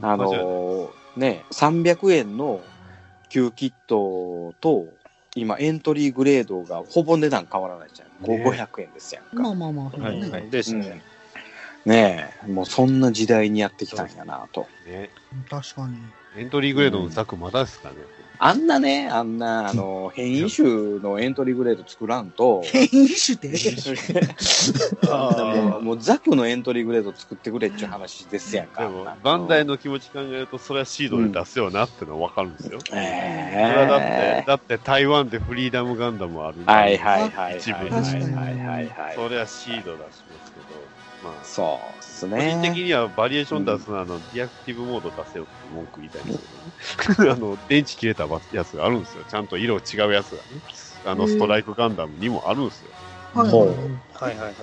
S3: あのーね、300円の旧キットと、今エントリーグレードがほぼ値段変わらないじゃん。こう
S5: ね
S3: 500円ですやんか。
S2: まあまあまあ。そう
S1: はい
S2: ね
S1: はい
S4: ですね。
S3: うんねえ、もうそんな時代にやってきたんやなと。
S5: ね
S2: 確かに。
S5: エントリーグレードのザクまだですかね。
S3: あんなね、あんな、あの、変異種のエントリーグレード作らんと、
S2: 変異種って
S3: も (laughs) うもうザクのエントリーグレード作ってくれっちゅう話ですやん
S5: で
S3: か。
S5: もバンダイの気持ち考えるとそれはシードで出すよなってのはわかるんですよ。
S3: え
S5: それはだって
S3: え
S5: だって台湾でフリーダムガンダムあるんだ
S3: はいはいはいはい
S5: 一部
S3: はい
S5: に
S3: はいはいはい。
S5: それはシードだしますけど、まあ
S3: そうです
S5: 個人的
S3: ね。
S5: にはバリエーション出すのは、あのディアクティブモード出せよって文句言いたいんですけど、 (laughs) あの電池切れたやつがあるんですよ、ちゃんと色違うやつがね、あ
S2: へ
S5: の
S2: ー
S5: ストライクガンダムにもあるんですよ、
S1: ほ
S2: は
S1: う
S4: はいはいはい。
S2: い。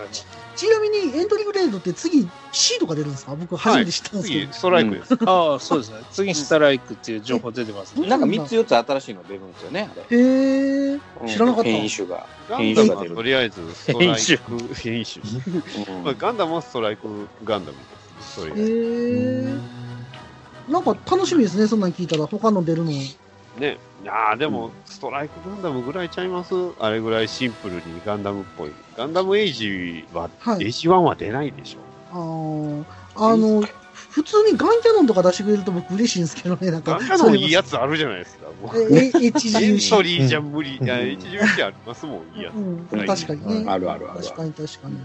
S2: ちなみに、エントリーグレードって次、シードが出るんですか僕、初めて知ったんですけ
S5: 次
S2: ど、。
S5: ストライクです、
S4: ああ、そうですね。次、スタライクっていう情報出てますね。
S3: なんか3つ4つ新しいの出るんですよね、あ
S2: へえ。
S3: れ。うん
S2: 知らなかった
S3: 変異種が。
S5: ガ
S3: 編
S5: ン
S3: 集
S5: ダ
S3: が
S5: ムは
S3: 出る
S5: とりあえずストライク、編集、まあ、ガンダムはストライクガンダムです、それ以外
S2: へえ。なんか楽しみですね、そんなん聞いたら。他の出るの。
S5: ね、あーでも、ストライクガンダムぐらいちゃいますあれぐらいシンプルにガンダムっぽい。ガンダムエイジは、
S2: はい
S5: エイジ1は出ないでしょ。
S2: あーあの、普通にガンキャノンとか出してくれると僕嬉しいんですけどね、なん
S5: ガ
S2: か。
S5: ンダムいいやつあるじゃないですか。もう
S2: そういうの。え、
S5: エン
S2: HG。
S5: トリーじゃ無理、いや、一巡期ありますもん、いいや
S2: うん、
S5: はい
S2: 確かにね。
S3: あるあるある
S2: 確かに確かに。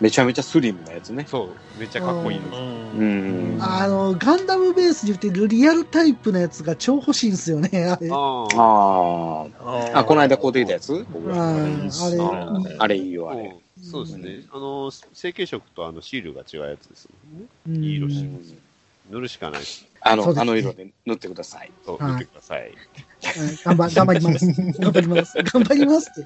S3: めちゃめちゃスリムなやつね
S5: つ。。そう、めっちゃかっこいいの。
S4: うん
S3: うん。あ
S2: あの、ガンダムベースで言ってるリアルタイプのやつが超欲しいんですよね、あれ。
S5: あ
S3: あ
S5: あ、
S3: ー。あ、この間こうできたやつ
S2: う
S3: 僕
S2: ん
S3: ら
S2: あれ。
S3: あれいいよ、あ
S5: そ
S3: れ。
S5: うそうですね。あの、成形色とあのシールが違うやつですもんね。
S2: うん
S5: いい色
S3: う
S5: してる
S3: ん
S5: 塗るしかないし、
S3: あ
S2: そうで
S3: の、
S2: す
S3: あ
S2: ね
S3: の色で塗ってください。
S5: そう、
S2: はい
S5: 塗ってください。
S2: はい頑張頑張ります。頑張ります。頑張りますって。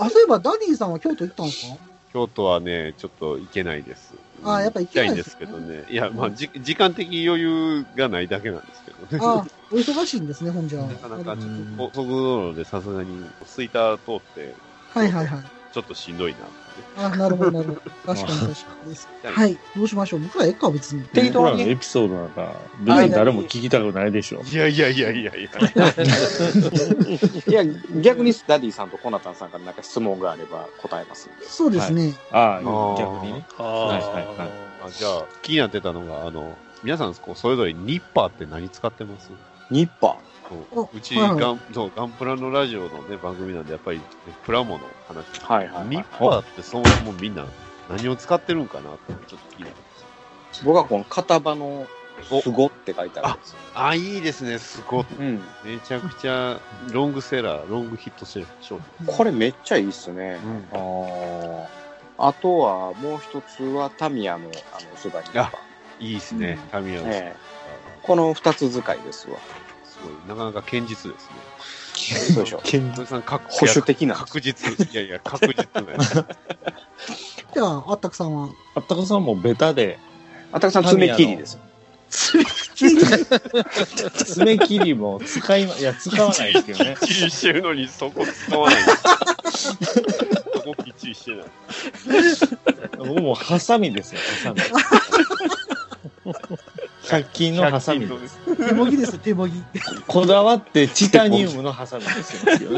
S2: あ、そういえばダディさんは京都行ったんですか
S5: 京都はね、ちょっと行けないです。
S2: あーやっぱ行けない
S5: 行
S2: で
S5: ですす
S2: ね
S5: けどね。いや、まあ、じ時間的余裕がないだけなんですけどね。 (laughs)
S2: あ、お忙しいんですね、本じゃ。
S5: なかなかちょっと高速道路でさすがに、スイター通って、
S2: はいはいはい。
S5: ちょっとしんどいなって。
S2: あ、なるほど、なるほど。確かに確かにです。はい。どうしましょう僕らええか、別に。
S3: 適
S1: 僕
S3: 当
S1: らの
S3: に。
S1: エピソードなんか、別に誰も聞きたくないでしょ。
S5: いやいやいやいやいや。
S3: いや、逆にダディさんとコナタンさんからなんか質問があれば答えますんで。
S2: そうですね。
S1: ああ、
S5: あー
S1: 逆にね。
S4: あ
S1: はい
S4: あ、
S1: はいはい
S5: あじゃあ、気になってたのが、あの、皆さん、こう、それぞれニッパーって何使ってます
S3: ニッパ
S5: そううち、
S2: はいはい
S5: ガン、そう、ガンプラのラジオのね、番組なんで、やっぱりね、プラモの話。
S3: ー。はいはい、
S5: ニ
S3: は
S5: ッ
S3: い。
S5: パーってそもそもみんな何を使ってるんかなって、ちょっと気になってます。
S3: 僕はこの片場のすごって書いてあるんですよ。
S5: あ、いいですね、すごい。
S3: うん。
S5: めちゃくちゃ、ロングセラー、ロングヒットセラー、商
S3: これめっちゃいいっすね。
S5: 品。うん
S3: あーあとはもう一つはタミヤのあのそばに
S5: あいいですね、タミヤの、
S3: ええこの二つ使いです (laughs) わ。
S5: すごい、なかなか堅実ですね。
S3: そうで
S5: (laughs)
S3: しょ。
S5: 野添さん、かっ
S3: 保守的な。
S5: 確実。いやいや、確実なやつ。
S2: じゃあ、あったくさんは。
S1: あったかさんもベタで、
S3: あたくさん爪切りです。
S1: 爪切りも使 (laughs) いま、いや、使わないですけどね。
S5: きっちりしてるのに、そこ使わない。そこきっちりしてない。
S1: 僕もハサミですよ、 (laughs) ハサミ。100均のハサミです。
S2: 手もぎです、手もぎ。
S1: こだわってチタニウムのハサミですよ。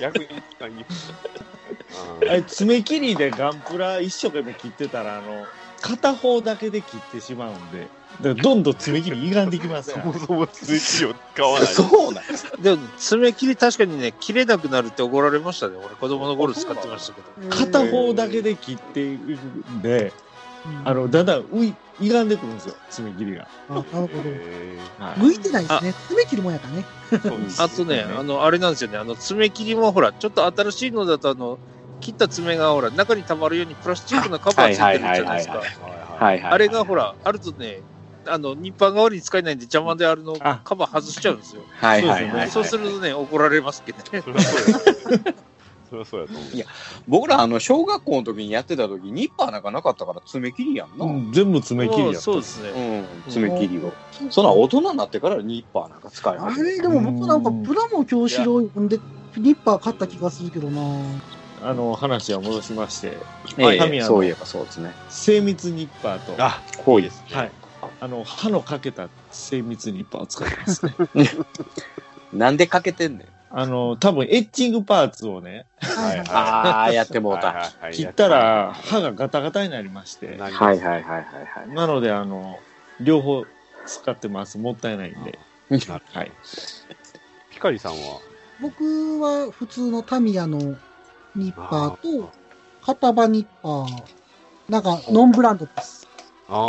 S5: 逆に使いにくい。
S1: (laughs) あれ爪切りでガンプラ一生懸命切ってたら、あの、片方だけで切ってしまうんで、だからどんどん爪切り歪んできます
S5: そ
S1: から
S5: もそも通知を使わない。
S3: そうなんです。
S4: でも、爪切り確かにね、切れなくなるって怒られましたね。俺、子供の頃使ってましたけど。
S1: 片方だけで切っていくんで、あの、だんだんうい歪んでくるんですよ、爪切りが。
S2: あなるほど。
S5: え
S2: 向いてないですね。爪切りもんやからね。
S5: ーそうです
S4: あとね、あの、あれなんですよね。あの、爪切りもほら、ちょっと新しいのだと、あの、切った爪がほら、中に溜まるようにプラスチックのカバーついてるじゃないです
S3: はいはいはい
S4: か
S3: はい。
S5: は。
S3: はいいはい。
S4: あれがほ。ら、あるとね、あの、ニッパー代わりに使えないんで邪魔であるの
S1: あ
S4: カバー外しちゃうんですよ。
S3: はいはいはいはい。
S4: そうするとね、怒られますけどね。
S5: そりゃそうや。そりゃそうやと思う。
S3: いや僕らあの小学校の時にやってた時ニッパーなんかなかったから爪切りやんな。
S1: う
S3: うん。
S1: ん全部爪切りやった
S4: そうですね。
S3: 爪切りを。そんな大人になってからニッパーなんか使え
S2: あ
S3: ない。
S2: れ、でも僕なんか、プラモ教師を読んで、ニッパー買った気がするけどな
S1: あの、話は戻しまして、
S3: え
S1: 神
S3: え
S1: 谷の
S3: そういえばそうですね。
S1: 精密ニッパーと、
S5: あ、
S3: こうです。
S1: はい。あの、歯のかけた精密ニッパーを使ってますね。
S3: なんでかけてんねん。
S1: あの、多分エッチングパーツをね、
S2: はいはい。
S3: ああ、やってもう
S5: はい
S3: た。
S5: はいはい
S1: 切ったら歯がガタガタになりまして、
S5: なります
S3: はいはいはいはいはい。
S1: なので、あの、両方使ってます。もったいないんで。
S5: なる
S1: はい。
S5: ピカリさんは
S2: 僕は普通のタミヤのニッパーと、片場ニッパー。なんか、ノンブランドです。
S5: あーあ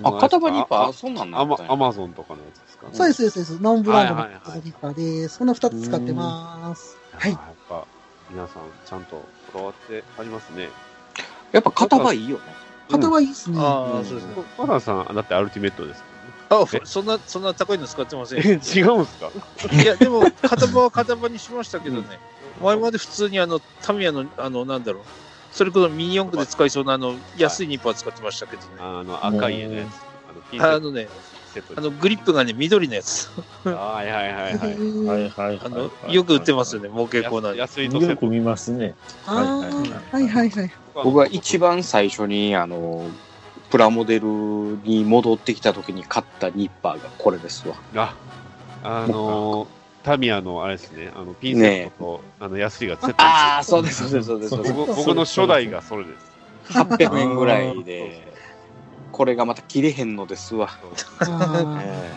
S5: の、
S3: あ、片場ニッパー、
S5: あ
S3: そんなんな
S5: ア
S3: ん
S5: マ
S3: だったんや
S5: アマゾンとかのやつですかね。
S2: そうです、そうです。ノンブランドの
S5: はいはいはい
S2: ニッパーです。この二つ使ってます。
S5: あー
S2: はい
S5: やっぱ、皆さん、ちゃんとこだわってありますね。
S3: やっぱ片場いいよね。
S2: 片場いいっすね。
S4: あ
S3: う
S4: あ、
S3: ん
S4: そうですね。
S5: コナンさん、だってアルティメットです
S4: あ
S5: え、
S4: そんな、そんな高いの使ってません
S5: もん
S4: よ。
S5: ね。え、違うんすか
S4: いや、でも、片場は片場にしましたけどね、前まで普通にあの、タミヤの、あの、なんだろう、それこそミニ四駆で使いそうな、あの、安いニッパー使ってましたけどね。
S5: あの、赤い絵のやつ。あの、ピンセット
S4: あのね、
S5: セット
S4: あの、グリップがね、緑のやつ。
S5: あはいはいはいは
S1: は
S5: い。
S1: いはい
S4: あの、よく売ってますよ。ね、模型コーナーで。
S5: 安いとセ
S1: よ
S5: ッ
S1: く
S5: ト。
S1: 見ますね。
S2: あーはいはいはい。
S3: 僕は一番最初に、あの、プラモデルに戻ってきた時に買ったニッパーがこれですわ。
S5: あ、あのー、タミヤのあれですね、あのピンセットと、あの安いがセット
S3: ああ、そうです、そうです、そうです。
S1: そう
S5: です僕僕の初代がそれです。
S3: 800円ぐらいで、これがまた切れへんのですわ。
S5: そう
S2: あー
S3: え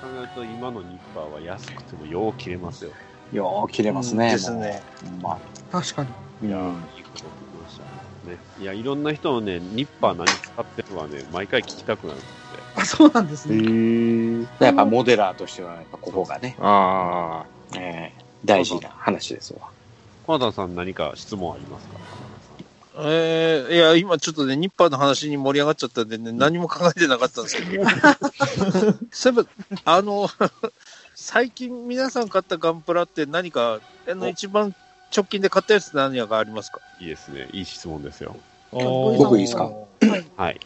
S5: これ考えると今のニッパーは安くてもよう切れますよ。
S3: えよう切れますね。
S4: ですね。
S3: もう。ほんま
S2: 確かに。
S5: いやー、いいこと聞きましたね。いや、いろんな人のね、ニッパー何使ってるはね、毎回聞きたくなるんで。
S2: あ、そうなんですね。
S1: へ
S3: やっぱモデラーとしては、やっぱここがね、
S1: ああ。
S3: ええ大事な話ですわ。
S5: コナタンさん何か質問ありますか
S4: えー、いや、今ちょっとね、ニッパーの話に盛り上がっちゃったんでね、何も考えてなかったんですけど。そういえば、あの、 (laughs) 最近皆さん買ったガンプラって何か、あの、
S5: お
S4: 一番直近で買ったやつ何やがありますか
S5: いいですね。いい質問ですよ。
S3: 僕いいですか
S5: はい。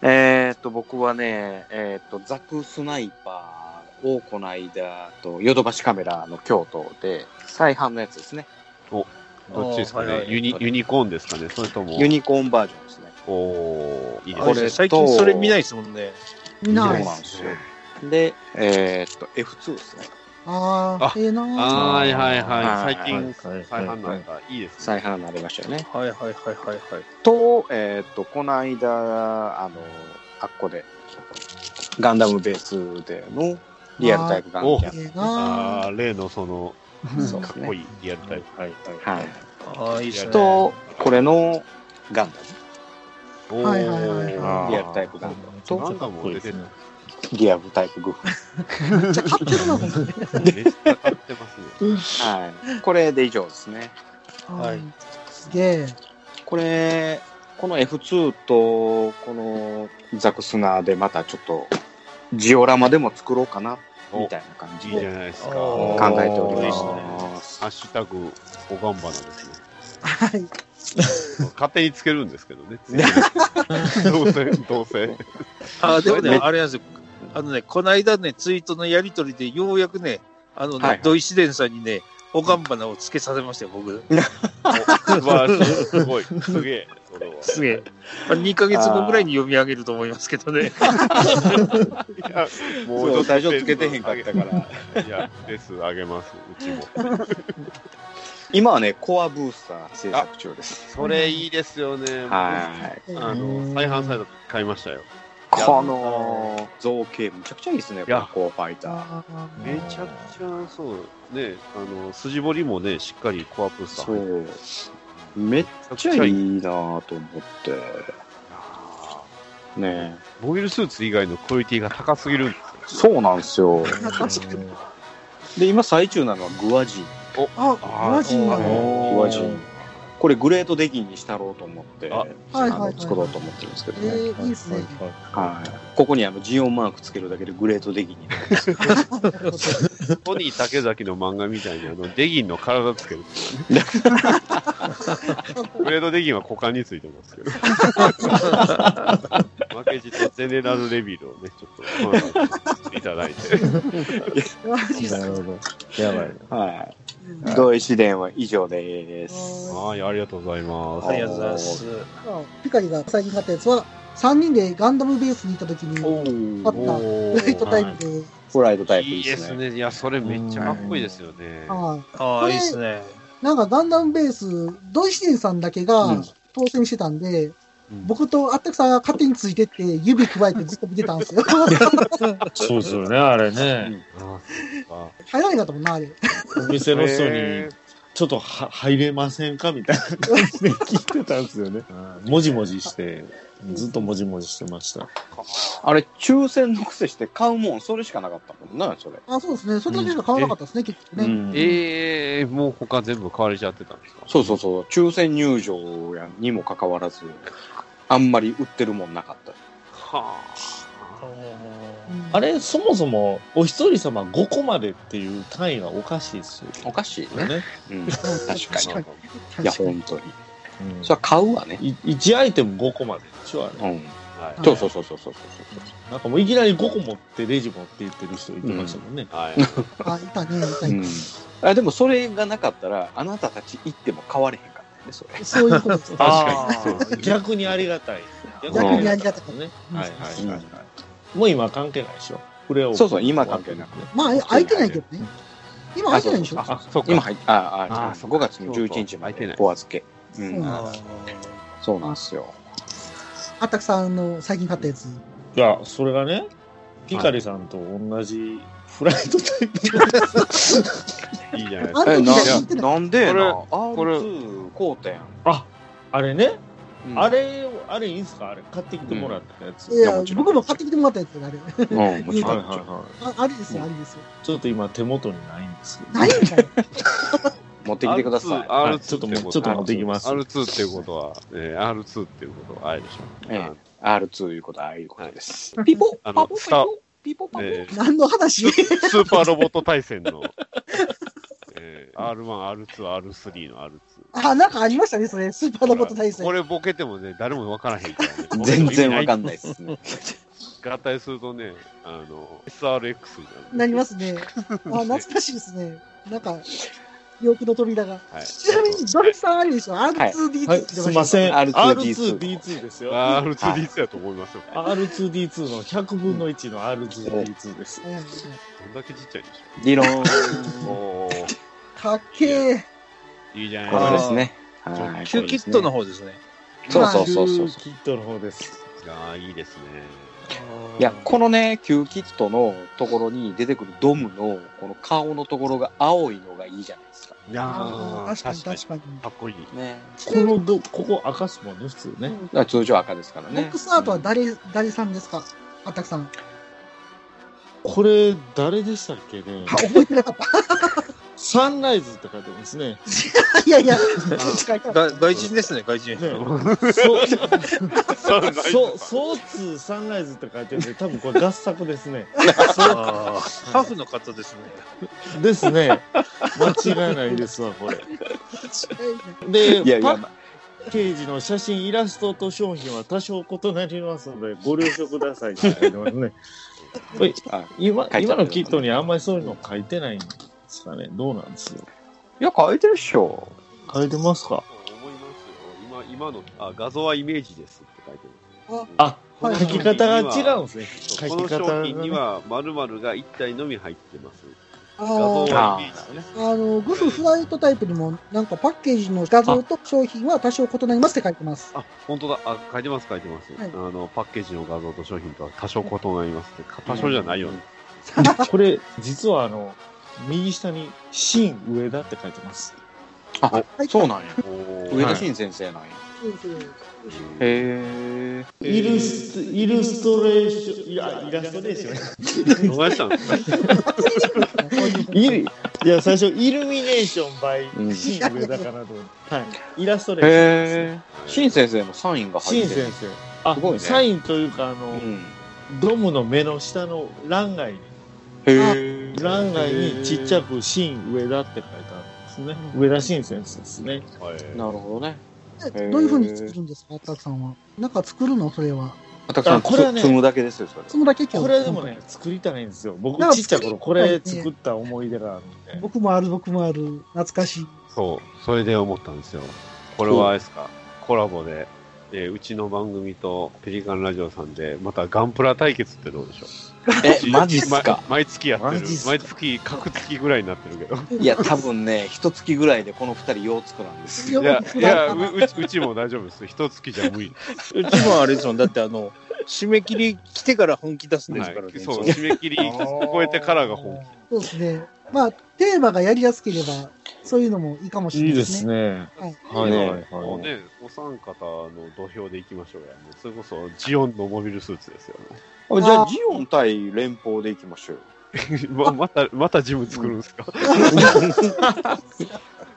S3: えー、っと、僕はね、えー、っと、ザクスナイパーをこの間と、ヨドバシカメラの京都で、再販のやつですね。
S5: おどっちですか
S3: あーはい
S5: ね
S3: はい
S5: ユニユニコーンですかねそれとも
S3: ユニコーンバージョンですね。
S5: おーいいです
S3: これ
S5: ね
S4: あ最近それ見ないですもんね。
S2: 見
S3: そう
S2: な
S3: ないん
S2: です。
S3: ですよ。で、えーっと、F2 ですね。
S2: ああ
S5: あ、
S2: ええな
S5: あーはいはい
S3: は
S5: はいい最近
S1: はい
S5: 再販なんかいいですね
S3: 再販になりましたよね。
S4: はいはいはいはいはい。
S3: と、えーっと、この間、あの、あっこで、ガンダムベースでのリアルタイプガンダ
S2: え
S3: ム。
S2: え
S5: あ
S2: な
S5: あ例のその
S3: そ
S5: か
S3: うです
S5: っ
S3: ね
S5: こいいリアルタイプ
S1: はい
S3: はい。
S4: ああ、いいですね。
S3: と、これのガン
S5: おー
S2: はいはいはい
S3: ダ
S2: は
S3: ム。リアルタイプガンダム
S5: な
S3: と、
S5: んかもう出てる
S3: リアルタイプグーフ。
S2: めっちゃ買ってるな、ほんとに。
S5: めっちゃ買ってますね
S3: はい。これで以上ですね。
S4: はい
S2: うん。すげえ。
S3: これ、この F2 と、このザクスナーでまたちょっと、ジオラマでも作ろうかな、 (laughs) みたいな感じ
S5: いいじゃ
S3: で
S5: ないですか
S4: お
S3: 考
S4: ー
S3: えており
S4: いい
S3: ま
S4: っ
S3: す。
S4: すね
S5: ハッシュタグ、おがんばなですね。
S2: はい。
S5: 勝手につけるんですけ
S2: (laughs)
S5: どね。どうせ、どうせ。
S4: あーでも
S5: これ
S4: ね、
S5: ね
S4: あれなんですよ。あのね、この間ね、ツイートのやりとりで、ようやくね、あのね、
S3: はいはい
S4: ドイシデンさんにね、おがんばなをつけさせましたよ、僕。
S5: 素晴らしい。すごい。すげえ。それは。
S4: (laughs) すげえ。まあ2ヶ月後ぐらいに読み上げると思いますけどね。
S5: いやも
S3: そうう最初つけてへんかったから。
S5: ら。いや、です、あげます。うちも。
S3: 今はね、コアブースター制作中です。
S5: それいいですよね。
S3: はい。
S5: 僕あの、再販サイト買いましたよ。
S3: この造形、むちゃくちゃいいですね、
S5: い
S3: こ
S5: や
S3: のコアファイター。
S5: めちゃくちゃ、そう、ね、あの、筋彫りもね、しっかりコアプースター
S3: そ
S5: 入ってる。
S3: う。めっちゃいいなぁと思って。ねえ
S5: モビルスーツ以外のクオリティが高すぎるんですよ。
S3: そうなんですよ。
S1: うん
S3: で、今最中なのはグアジン。
S2: あ、マジな
S5: あ
S2: の
S5: ー
S3: グアジン。これグレートデギンにしたろうと思って、
S5: あ
S3: あ
S2: はいはいはい
S3: の作ろうと思ってるんですけど
S2: ええ
S3: ね。
S2: いいっすね。
S3: はい。ここにあのジオンマークつけるだけでグレートデギンになるんですよ。
S2: な (laughs) るほど
S5: ポニー竹崎の漫画みたいにあのデギンの体つける。グレードデギンは股間についてますけど。負けじとゼネラルレビルをね、ちょっと、まあ、いただいて。
S2: マジっす
S1: なる
S2: か
S1: ほど。やばい。
S3: はい。同一伝は以上です。
S5: はい、ありがとうございます。
S4: ありがとうございます。
S2: ピカリが最近買ったやつは、3人でガンダムベースに行った時に、
S3: お
S2: あった、
S3: ー
S5: お
S2: フライト
S5: ー
S2: タイプで、
S3: フライドタイプ
S5: い
S3: い
S5: い
S3: い
S5: で
S3: ですすね。
S5: ね。いや、それめっちゃかっこいいですよね。
S2: はい
S4: あ
S2: こ
S4: あ、
S2: れ
S4: いいですね。
S2: なんかガンダムベース、ドイシデンさんだけ
S3: う
S2: が
S3: ん
S2: 当選してたんで、
S5: うん
S2: 僕とあったくさんが勝手についてって、指加えてずっと見てたん
S3: (laughs)
S2: ですよ。
S1: そうですよね、あれね。
S5: あーそっか
S2: 入らなかったもんな、あれ。
S1: お店の人
S5: へ
S1: に、ちょっとは入れませんかみたいな感じで聞いてたんですよね。もじもじして、ずっともじもじしてました。
S3: あれ、抽選の癖して買うもん、それしかなかったもんな、それ。
S2: あ、そうですね。それだけしか買わなかったですね、結局ね。
S3: ん
S5: ええもう他全部買われちゃってたんですか
S3: そうそうそう、抽選入場やにもかかわらず、あんまり売ってるもんなかった。
S5: は
S2: うん
S1: あれ、そもそも、お一人様5個までっていう単位がおかしいです
S3: おかしい
S1: よ
S3: ね。
S1: ね。
S3: うん、確
S5: あ。な
S3: かに。
S5: んか
S3: いや、本当に。
S1: うん
S3: それは買うわね。
S1: 1アイテム5個まででしょ、あれ。
S5: は
S3: うん。
S5: い
S3: そうそうそうそうそうそう。
S1: なんかもういきなり5個持ってレジ持って行ってる人いてましたもんね。
S5: はい。
S2: あ、いたね、いた
S3: う
S2: ね。
S3: ん、あでも、それがなかったら、あなたたち行っても買われへんかったね、それ。
S2: そういうことです。
S5: 確かに。
S1: 逆にありがたい。
S3: 逆に
S2: ありがたかった
S1: ね。
S2: うん
S1: はいはいはいはい。もう今関係ないでしょ。プレオープン
S3: そうそう今関係なく
S1: ね。
S2: まあ、空いてないけどね。今空いてないんでしょ
S5: あ、そうか。
S3: 今入っああ、
S5: あ
S3: あ
S5: ーそうか
S3: 5月の
S5: そう
S3: 11日ま
S5: そう空いてな
S3: で
S5: い
S3: お預け。う
S2: うん
S3: ん、
S4: あ
S3: そうなんですよ。
S2: あったくさんの最近買ったやつ。
S1: いや、それがね、ピカリさんと同じフライトタイプ。
S3: (laughs)
S5: いいじゃないです
S2: あ
S5: か。
S2: の時
S3: え、な
S2: は空いてない。
S3: なんでやな
S5: これ
S3: ?R2 交点。
S1: あ、あれね。
S3: うん
S1: あれ、あれいいんすかあれ、買ってきてもらったやつ。
S2: い
S1: はい
S2: や
S3: も、ちろん
S2: 僕も買ってきてもらったやつがあれ。
S3: うん、もち
S1: は
S3: ろ
S1: い
S3: んもちろん。
S1: は
S2: ああれですよ、あれですよ。
S1: い。ちょっと今手元にないんですけど。
S2: ないんかよ。
S3: 持ってきてください。
S1: は
S5: R2
S1: いちょっとも
S5: てこ
S1: ちょっと持ってきます。
S5: R2 っていうことは、えー R2 っていうことは、あれでしょ。
S3: ええ R2 いうことはああいうことです。
S2: ピポ
S5: あの、スタ、
S3: ピポパ
S5: えー
S2: 何の話 (laughs)
S5: ス (laughs) ーパーロボット対戦の、えー R1、R2、R3 の R2。
S2: あ、なんかありましたね、それ。スーパーロボット対戦。
S5: これボケてもね、誰もわからへんからね。
S3: 全然わかん
S5: い。
S3: ないですね。
S5: 合体するとね、あの、SRX になる。
S2: なりますね。あ、懐かしいですね。なんか、記憶の扉が。
S5: はい
S2: ちなみに、ドルさんありでしょ ?R2D2
S1: はい、すいません。
S3: R2D2
S1: R2D2 ですよ。
S5: あー R2D2 やと思いますよ。ど
S1: R2D2 の100分の1の R2D2 です。
S2: ん。
S5: んだけちっちゃいんでし
S3: 理論。
S5: ょう。おお。
S2: かっけえ。
S5: いいじゃない
S3: これ
S5: で
S3: ですね。
S5: ー
S3: はい
S4: 旧キットの。方ですね。
S3: そうそうそうそう
S1: キットの方です。
S5: すか。あーいいですね。
S3: いや、このね、旧キットのところに出てくるドムの、この顔のところが青いのがいいじゃないですか。
S5: いや
S2: ああ、確
S5: ー
S2: かに確かに。
S5: かっこいい。
S3: ね。
S1: このど、ここ赤っすもんね、普通ね。
S3: 通常赤ですから
S2: ボ
S3: ね。
S2: ックスアートは誰、誰さんですかあったくさん。
S1: これ、誰でしたっけね。
S2: あ覚えてなかっ
S1: サンライズって書いてますね。
S2: た。いやいや、近いから
S4: が外人ですね、外人。
S1: ねそう、
S5: サンライズ
S1: そう、そうつサンライズって書いてるんで、多分これ合作ですね。
S4: あーハーフの方ですね。
S1: ですね。間違いないですわ、これ。
S2: 近いね
S1: で、
S3: いやい
S1: パ
S3: や、
S1: ッケージの写真、イラストと商品は多少異なりますので、ご了承くだ (laughs) さいって書いてますね。これ
S3: あ
S1: 今
S3: 書いてあ
S1: 今
S3: る
S1: のキットにあんまりそういうの書いてないんですかね。どうなんですよ。
S3: いや、書いてるっしょ。
S1: 書いてますか
S5: 思いますよ。今、今の、あ、画像はイメージですって書いてます。
S1: あ、
S2: はい
S1: 書き方が違うんですね。
S5: そう、
S1: 書
S5: この
S1: き方
S5: 商
S1: が
S5: 品
S1: ね
S5: には〇〇が1体のみ入ってます。
S2: あ
S5: 画像
S2: ー
S5: はイメージです。
S2: あの、グフフライトタイプにも、なんかパッケージの画像と商品は多少異なりますって書いてます。
S5: あ、本当だ。あ、書いてます、書いてます。
S2: はい
S5: あの、パッケージの画像と商品とは多少異なりますって。多少じゃないよね。
S1: これ、実はあの、右下に、新上田って書いてます。
S2: はい、
S3: そうなんや。
S5: お
S3: 上田
S5: はい
S3: 晋先生なんや。
S2: そうそう
S3: へえ。
S1: イルス、イルストレーション、いや、イラストレーション。
S5: どうやったんですか
S1: イルいや最初イルミネーション by
S3: うん
S1: シン上だかなと思って、はい、イラストレーションですね
S3: へえ。晋先生のサインが入
S1: シン
S3: ってる
S1: 先。生あ
S3: すごいね
S1: サインというかあの、
S3: うん。
S1: ドムの目の下の欄外に
S3: へえ。
S1: 欄外にちっちゃく「シン上田」って書いてあるんですね上田新先生ですね
S5: はい
S3: なるほどね。
S2: えどういうふうに作るんですかあったくさんは。なんか作るのそれは。
S3: 私さん、
S1: あこれはね
S3: つ積むだけですよ、それ。
S2: そのだけ今日。
S1: これでもね作りたいんですよ僕
S2: なんか
S1: ちっちゃい頃これ作った思い出があるんで
S2: 僕もある、僕もある。懐かしい。
S5: そう、それで思ったんですよ。これはあれですか、コラボで、えーうちの番組とペリカンラジオさんで、またガンプラ対決ってどうでしょう
S3: え、マジっすか。
S5: 毎毎月やって
S1: マ
S5: る
S1: ジっす。か
S5: 毎月、各月ぐらいになってるけど。
S3: いや、多分ね、一月ぐらいでこの二人ようつくなんですよ。
S5: いや、いやううちうちも大丈夫です。一月じゃ無理。
S4: うちもあれですもん、だってあの、締め切り来てから本気出すんですから
S5: はい
S4: ね。
S5: そう、
S4: いつも
S5: 締め切り超えてからが本気。
S2: そうですね。まあ、テーマがやりやすければ、そういうのもいいかもしれないですね。
S1: ね
S2: は
S1: は
S2: い
S1: いはいはい
S5: もうね、お三方の土俵でいきましょうや。もうそれこそ、ジオンのモビルスーツですよ。
S3: じゃあ、ジオン対連邦でいきましょうよ。
S5: ままた、またジム作るんですか、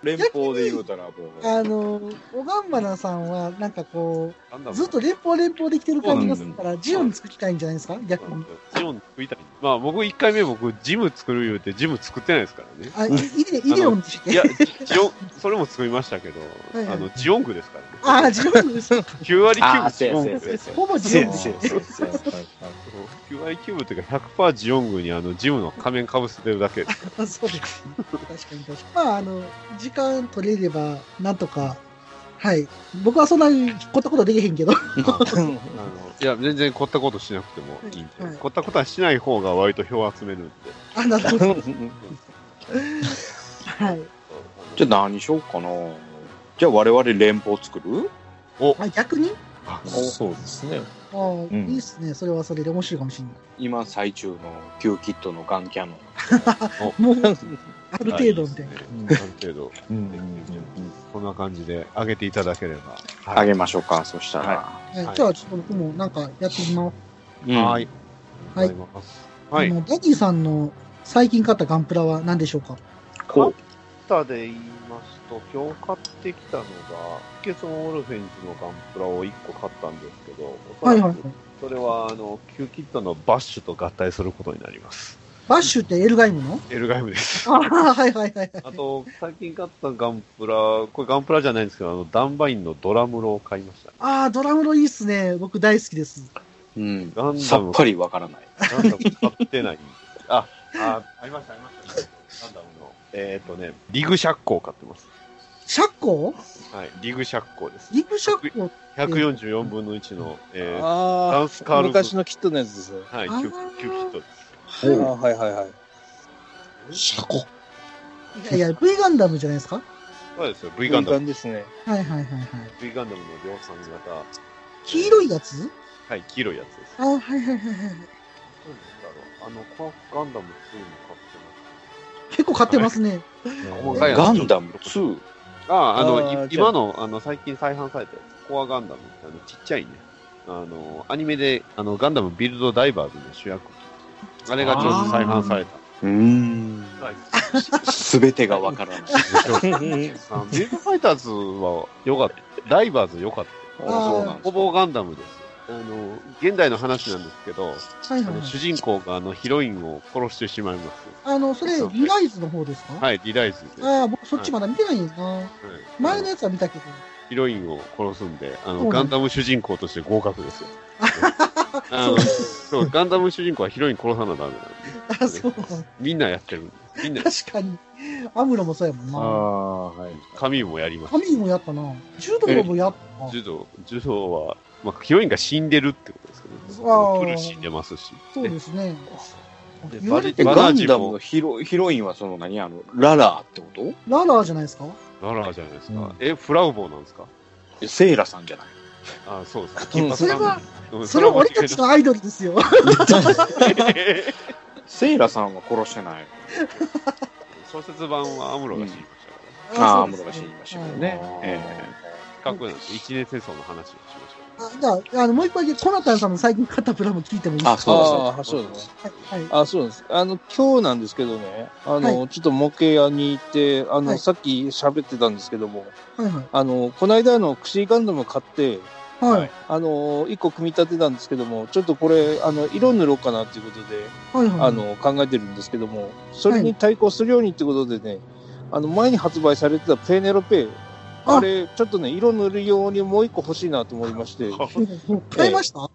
S3: 連邦で言うたら、もう。
S2: あの、おがんばなさんは、なんかこ
S5: なんだ
S2: う、
S5: ろう
S2: ずっと連邦連邦できてる感じがするから、ジオン作りたいんじゃないですか逆に。
S5: ジム作りたい。まあ僕一回目僕ジム作る言うてジム作ってないですからね。
S2: あ、イイデイデオンでし
S5: い
S2: て。
S5: や、ジオン、それも作りましたけど、
S2: はいはい
S5: あの、ジオングですからね。
S2: あ、ジオンです。
S5: 9割9
S3: あー、
S5: 分
S3: せ
S5: ジ
S3: や
S5: オ
S3: せ
S5: ン
S3: や
S5: グ
S3: せや
S5: です。
S3: せや。
S2: ほぼジオンです。
S3: せやせや
S5: 9割9分というか100%ジオングにあの、ジムの仮面かぶせてるだけです。
S2: あそうです。確かに確かに。まあ、あの、時間取れれば、なんとか、はい。僕はそんなにこったことできへんけど。 (laughs)
S5: あのいや、全然凝ったことしなくてもいいんで、
S2: はい
S5: 凝ったことはしない方が割と票を集めるんで。
S2: あ、なるほど。はい。
S3: じゃあ何しようかな。じゃあ我々連邦作る
S2: あ、逆に
S5: あ
S1: そうですね
S2: あー、
S1: ん
S2: いいっすね。それはそれで面白いかもしれない。
S3: 今最中の旧キットのガンキャノン。
S2: もう、ある程度みたいな。
S5: ある程度。
S1: うんうん
S5: こんな感じで上げていただければ。
S3: あ
S5: はい
S3: げましょうか、そしたら。
S2: はい
S5: はい
S2: じゃあ、ちょっと僕もなんかやってみます。
S3: うん
S5: はい。
S2: はい
S5: ありがとうございます。はい。
S2: あの、ダディさんの最近買ったガンプラは何でしょうか
S5: コッタで言いますと、今日買ってきたのが、ケソン・オルフェンズのガンプラを1個買ったんですけど、おそ
S2: はい
S5: ら
S2: はいはい
S5: く。それは、あの、キューキットのバッシュと合体することになります。
S2: バッシュってエルガイムの
S5: エルガイムです。
S2: ああ、 (laughs) はいはいはい。
S5: あと、最近買ったガンプラ、これガンプラじゃないんですけど、あの、ダンバインのドラムロを買いました。
S2: ああ、ドラムロいいっすね。僕大好きです。
S3: うん
S5: ガンダム
S3: さっぱりわからない。
S5: ガンダム買ってない。あ、あ、ありました、ありました。ガンダムの。えっ、とね、リグシャッコを買ってます。
S2: シャッコ
S5: はい、リグシャッコです。
S2: リブシャッコ
S5: 144分の1の、えーダ
S4: あ
S5: ンス
S4: あ、
S5: カール
S4: 昔のキットのやつですよ。
S5: はい、
S2: あー
S5: キュキュキットです。
S4: あーはいはいはい。
S1: シャコ。
S2: いやいや、V ガンダムじゃないですか
S5: そうですよ、V ガンダム。
S4: ムですね。
S2: はいはいはいはい。
S5: V ガンダムの量産型。
S2: 黄色いやつ
S5: はい、黄色いやつです。
S2: あ、はいはいはいはい。
S5: そうなんだろう。あの、コアガンダム2も買ってます。
S2: 結構買ってますね。
S5: 細かいやつ
S4: ガンダム2。
S5: ああ、あの、
S4: あー
S5: い
S4: じゃあ
S5: 今の、あの、最近再販されたやつ、コアガンダムって、あの、ちっちゃいね。あの、アニメで、あの、ガンダムビルドダイバーズの主役。あれがちょうど再販された。
S4: うーん。すべてがわからない。
S5: あビルドファイターズは良かった。ダイバーズ良かっ
S4: あ
S5: た。
S4: そうなん
S5: ほぼガンダムです。あの、現代の話なんですけど、
S2: はい
S5: あ
S2: はいは
S5: の
S2: い。
S5: 主人公があのヒロインを殺してしまいます。
S2: あの、それ、リライズの方ですか
S5: はい、リライズで。はい
S2: ああ、僕そっちまだ見てないんやな。前のやつは見たけど。
S5: ヒロインを殺すんで、あ
S2: そう
S5: の、
S2: なんだ
S5: ガンダム主人公として合格です
S2: (laughs)
S5: よ。あの、そう、ガンダム主人公はヒロイン殺さなダメなんで。
S2: あ、そうか。
S5: みんなやってる。みんな、
S2: 確かに。アムロもそうやもん
S1: ああ、
S2: な。
S1: はい。
S5: 神もやります
S2: カ。ミーもやったな。柔道もやった。
S5: 柔道、柔道は、まあ、ヒロインが死んでるってことですけ
S2: あ
S5: ど、
S2: ー
S5: ね、フル死んでますし。
S2: そうですね。
S5: で
S2: 言われて
S4: え
S5: バ
S4: ガ
S5: ナー
S4: ン
S5: ジ
S4: ダムの
S5: も
S4: ヒロヒロインはその何あの、ララーってこ
S2: ララーじゃないですか
S5: ララーじゃないですか。
S1: うん
S5: え、フラウボーなんですか
S4: とセイラさんじゃない
S5: あー、そうです。
S4: うん
S2: それは、
S5: うん
S2: それは俺たちのアイドルですよ。
S4: セイラさんは殺してない。
S5: (laughs) 小説版はアムロが死にましたか
S4: あ
S2: そ
S4: あ、
S2: うで
S4: 室
S2: す
S4: が死にましたけど
S2: はい
S4: ね。え
S5: ら、ね。かっこいいなんですよ一年戦争の話をしました。
S2: あじゃあ、あの、もう一回、コナタンさんの最近買ったプラも聞いてもいい
S4: え
S2: ですか
S4: あ、そう
S5: う
S4: だそうだ。
S5: です
S2: はい。はい。
S4: あ、そうなんです。あの、今日なんですけどね、あの、ちょっと模型屋に行って、あの、
S2: はい
S4: さっき喋ってたんですけども、
S2: はいはい。
S4: あの、この間あの、クシーガンダム買って、
S2: はい。
S4: あの、一個組み立てたんですけども、ちょっとこれ、あの、色塗ろうかなっていうことで、
S2: はいはい。
S4: あ、の、考えてるんですけども、それに対抗するようにってことでね、あの、前に発売されてたペーネロペー、
S2: あ
S4: あれ、ちょっとね、色塗るようにもう一個欲しいなと思いまして、
S2: 買いました、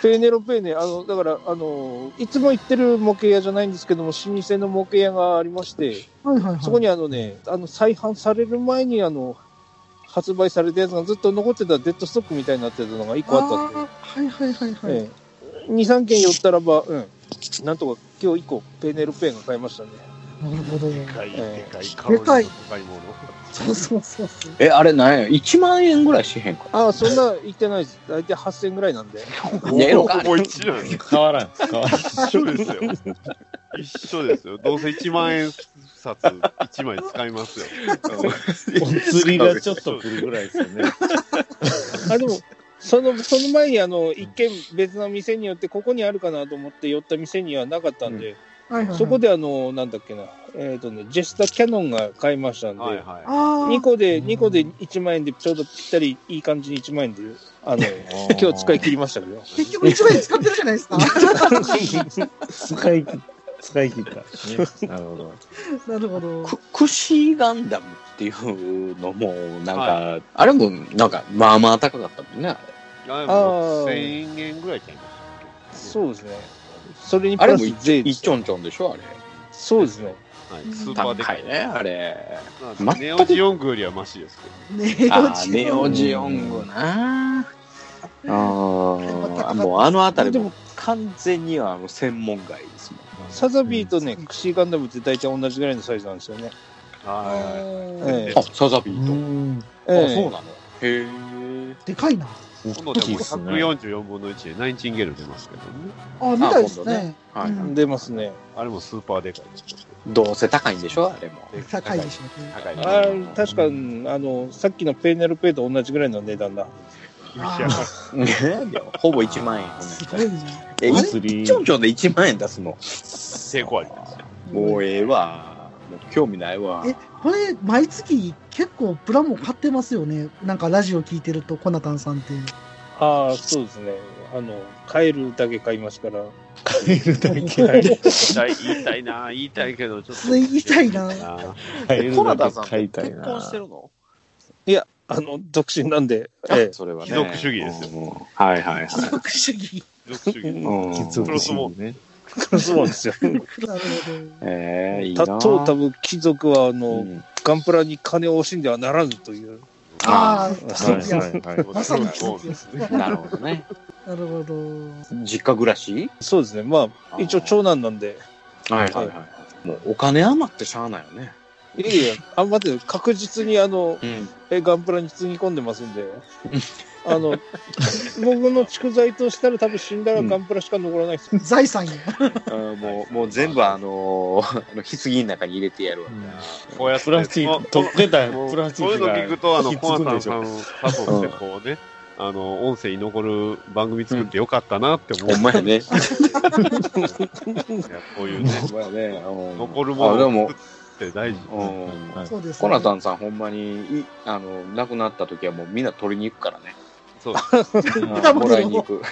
S4: ペーネロペーネ、あの、だから、あの、いつも行ってる模型屋じゃないんですけども、老舗の模型屋がありまして、
S2: はいはいはい。
S4: そこにあのね、あの、再販される前にあの、発売されたやつがずっと残ってたデッドストックみたいになってたのが1個あったんで、
S2: あーはいはいはいはい。
S4: ええ、2、3件寄ったらば、うん、なんとか今日1個ペーネロペーネが買いましたね。
S2: なるほど。
S5: でかい、でかい、
S2: でかい
S5: カロリーの高いもの。
S2: そうそうそうそう。
S3: え、あれなんや、1万円ぐらいしへんか。
S4: ああ、そんな行ってないです。大体8000円ぐらいな
S2: (laughs)
S4: んで。
S3: ねえのか
S5: ほ。ぼ一緒なんです
S1: 変わらん。変わらん。
S5: 一緒ですよ。 (laughs) 一緒ですよ。どうせ1万円札1枚使いますよ。
S1: お釣りがちょっと来るぐらいですよ (laughs) ね。
S4: あ、でも、その、その前にあの、一軒別の店によって、ここにあるかなと思って寄った店にはなかったんで、
S2: はいはい。
S4: そこ。であの、なんだっけな、えっ、とね、ジェスタキャノンが買いましたんで、
S5: はいは
S2: ああ。
S4: 2個で、2個で1万円で、ちょうどぴったりいい感じに1万円で、あの、 (laughs) 今日使い切りましたけど。
S2: 結局一枚使ってるじゃないですか。
S1: 使い切使い切った。ねなるほど。
S2: なるほど。
S3: ククシーガンダムっていうのも、なんか、あれも、なんか、まあまあ高かったもんね。あ
S5: い。あ
S3: れ
S5: れも1000円ぐらいちゃいましたっ
S4: そうですね。それに
S3: あ
S4: プ
S3: れ
S4: ラ
S3: も
S4: ス
S3: 一
S4: 税で
S3: 一
S4: す
S3: ちょんちょんでしょ、あれ。
S4: そうですね。
S5: け。はい、スーパーで
S3: 高
S5: か
S3: い
S5: い。
S3: ね、あれ。
S5: まあネオジオングよりはマシですけど。
S2: ネ
S3: あ
S2: オ
S3: ー
S2: ジ
S3: ネ
S2: オ
S3: オ
S2: ン。
S3: ジオングな。あーもうあのあたりも完全にはあの専門外ですもん。
S4: サザビーとね、クシーガンダムって大体同じぐらいのサイズなんですよね。
S5: は
S4: ええ
S3: あ、サザビ
S1: う
S3: ー
S1: ん。
S3: ト。
S4: ええ
S3: あ、そうなのへえ。
S2: でかいな。
S5: い。今度
S1: 大
S5: で
S1: きい
S5: も
S1: ですね。
S5: 144分の1でナインチンゲール出ますけどね。
S2: あ、みたいです
S3: あ今度
S2: ね。
S3: はいはい。
S4: 出ますね。
S5: あれもスーパーでかいです。
S3: どうせ高いんでしょ、あれも。
S2: 高いでしょうね。
S5: 高い。
S4: あー確かにあのさっきのペーネルペイと同じぐらいの値段だ
S2: あ
S3: ねほぼ1万円。
S2: ーすごいな。
S3: え、
S1: お
S3: 一
S1: 釣り
S3: ちょんちょんで1万円出すの。
S5: 成功ありです。
S3: もうええわ。もう興味ないわ。
S2: えこれ、毎月結構プラモ買ってますよね。なんかラジオ聞いてると、コナタンさんって。 (laughs)
S4: ああそうですねあの買えるだけ買いますから
S1: 買えるだけ買える
S5: 言いたい言いたいな、言いたいけど、ちょっと。
S2: 言いたいな
S1: 買える
S3: コナ
S1: だ
S3: タ
S1: け
S3: さんっ
S1: 買
S3: て
S1: いたい
S3: 結婚
S1: な
S3: して。るの
S4: あの独身なんで、ええ、
S3: それはね。
S5: 貴族主義ですよ
S3: うんはいはいはい。
S2: 貴族主義。
S5: 貴族主義
S3: うん
S1: 貴族主義ね。
S4: そうなん (laughs) ですよ。
S2: なるほど。
S3: ええいいな
S4: たとう多分貴族は、あの、
S3: うん
S4: ガンプラに金を惜しんではならぬという。
S2: ああ、
S4: はい
S2: いや
S1: はい
S2: まさに奇跡ですね。
S3: なるほどね。
S2: なるほど。
S3: 実家暮らし
S4: そうですね。ま
S3: あ
S4: あ、
S3: ー
S4: 一応長男なんで。
S3: はいはいはい。もうお金余ってしゃあないよね。
S4: いやいや、あ、待って、確実にあの、
S3: うん。
S4: えガンプラにつぎ込んでますんで。あ (laughs) の、僕の蓄財としたら多分死んだらガンプラしか残らないですよ。
S2: 財産や。
S3: もう、もう全部あのー、 (laughs) あの、棺の中に入れてやるわ。
S5: こうやって
S1: プラスチック、溶けた
S5: もう
S1: プラスチ
S5: こうい
S1: ッ
S5: う
S1: ク
S5: の
S1: が
S5: 聞くと、あの、
S1: ひっつ
S5: コ
S1: くん
S5: ナタ
S1: で
S5: ン
S1: し
S5: さ
S1: ょ。
S5: んを誘って、こうね、あの、音声に残る番組作ってよかったなって思う。
S3: ほんまや
S5: い
S3: ね。
S5: やこういうね、
S3: (laughs) ほんまやね。
S5: 残るも
S3: あでも
S5: のを作って大事。
S3: うん。
S2: そうです、ね。
S3: コナタンさん、ほんまに、いあの、亡くなった時はもうみんな取りに行くからね。
S5: そう
S3: あもらいに行く。うん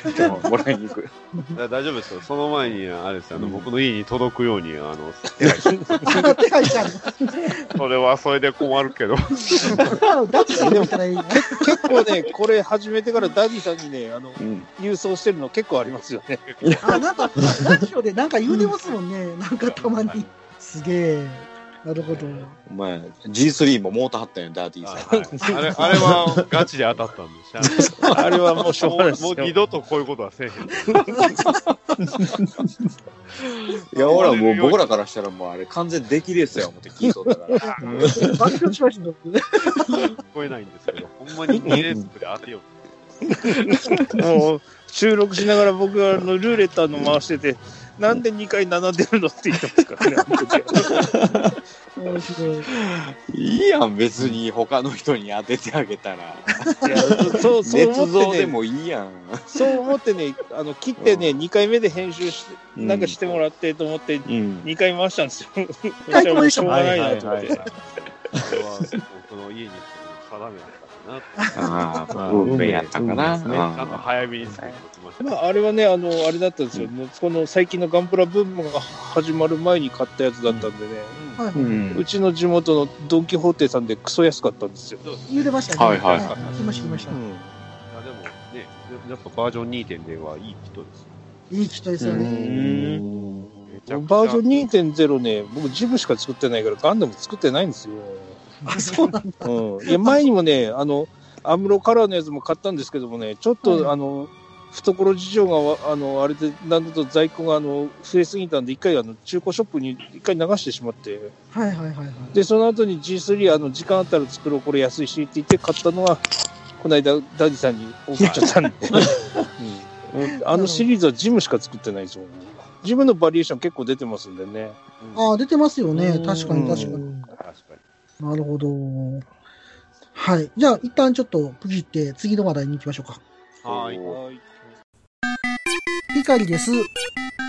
S3: もらいに行く。
S5: だ大丈夫ですよ。その前に、あれですよ、あの、
S3: うん
S5: 僕の家に届くように、あの、
S2: あ、手配しちゃう
S5: それ (laughs) はそれで困るけど。
S2: の。ダチさんだったら
S3: (laughs)
S2: いいね。
S4: 結構ね、これ始めてからダディさんにね、あの、
S3: うん。
S4: 郵送してるの結構ありますよね。
S2: あ、なんか、ラジオでなんか言うてますもんね。なんかたまに。すげえ。なるほ
S3: (laughs)
S2: ど。
S3: お前、G3 もモーターはったんよ、ダーティー
S5: あ
S3: さん。
S5: はいあれ、あれはガチで当たったんでしゃあない
S4: あれはもうしょうがないです
S5: も
S4: よ
S5: う。二度とこういうことはせえへん。
S3: (laughs) いや、ほら、もう僕らからしたらもうあれ完全出来レースや思って聞いとったから。
S2: 爆笑しました。
S5: 聞こえないんですけど、ほんまに2連続で当てよう。
S4: もう収録しながら僕はあのルーレットの回してて、なんで2回7出るのって言ってますからねあの時は、
S2: 面白い。
S3: (laughs) いいやん、別に他の人に当ててあげたら。
S4: いや (laughs) (laughs) そうそう
S3: 捏
S4: 思
S3: 造
S4: っ
S3: で
S4: てね、
S3: もいいやん。
S4: そう思ってね、あの切ってね、2回目で編集して、
S3: うん
S4: なんかしてもらってと思って、
S3: うん。
S4: 2回回したんですよ。
S2: 回とも一緒
S4: しょうがないなと思
S1: は
S4: っ
S1: い
S4: て。
S5: これは僕の家に定めだったかな。
S3: ああ、
S1: まあ
S3: 運命やったかな。
S1: 運
S5: ね、ちゃんと
S3: あ
S5: 早めに作っておきました。
S4: (laughs) まあ、あれはね、あの、あれだったんですよ。息子の最近のガンプラブームが始まる前に買ったやつだったんでね、
S2: は
S3: あう
S2: い。
S3: ん
S4: うちの地元のドン・キホーテさんでクソ安かったんですよ。
S2: 言うてましたね。
S3: はいはいはい
S2: 聞きました、聞きました。
S5: いやでもね、やっぱバージョン2.0はいい人です。
S2: いい人ですよね。
S5: めちゃ
S4: バ
S5: くちゃ
S4: ージョン2.0ね、僕ジムしか作ってないからガンダム作ってないんですよ。
S2: あ、そうなんだ。
S4: うん。いや、前に
S2: (laughs)
S4: もね、あの、アムロカラーのやつも買ったんですけどもね、ちょっと、
S2: はい
S4: あの、懐事情がわ、あの、あれで、なんだと在庫が、あの、増えすぎたんで、一回、あの、中古ショップに一回流してしまって、
S2: はいはいはいはい。
S4: で、その後に G3、あの、時間あったら作ろう、これ安いしって言って買ったのは、この間、ダディさんに送っちゃ
S2: (laughs)
S4: ったんで、うんあのシリーズはジムしか作ってないですもんね。ジムのバリエーション結構出てますんでね。
S2: ああ、出てますよね。
S4: うん
S2: 確かに確かに。
S5: 確かに。
S2: なるほど。はい。じゃあ、一旦ちょっと区切って、次の話題に行きましょうか。
S5: はい。
S4: はい
S2: ピカリです。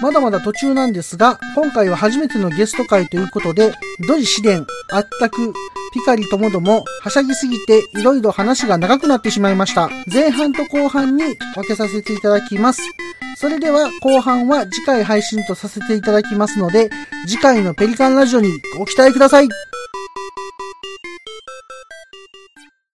S2: まだまだ途中なんですが、今回は初めてのゲスト会ということで、ドジ試練、あったく、ピカリともども、はしゃぎすぎて、いろいろ話が長くなってしまいました。前半と後半に分けさせていただきます。それでは後半は次回配信とさせていただきますので、次回のペリカンラジオにご期待ください。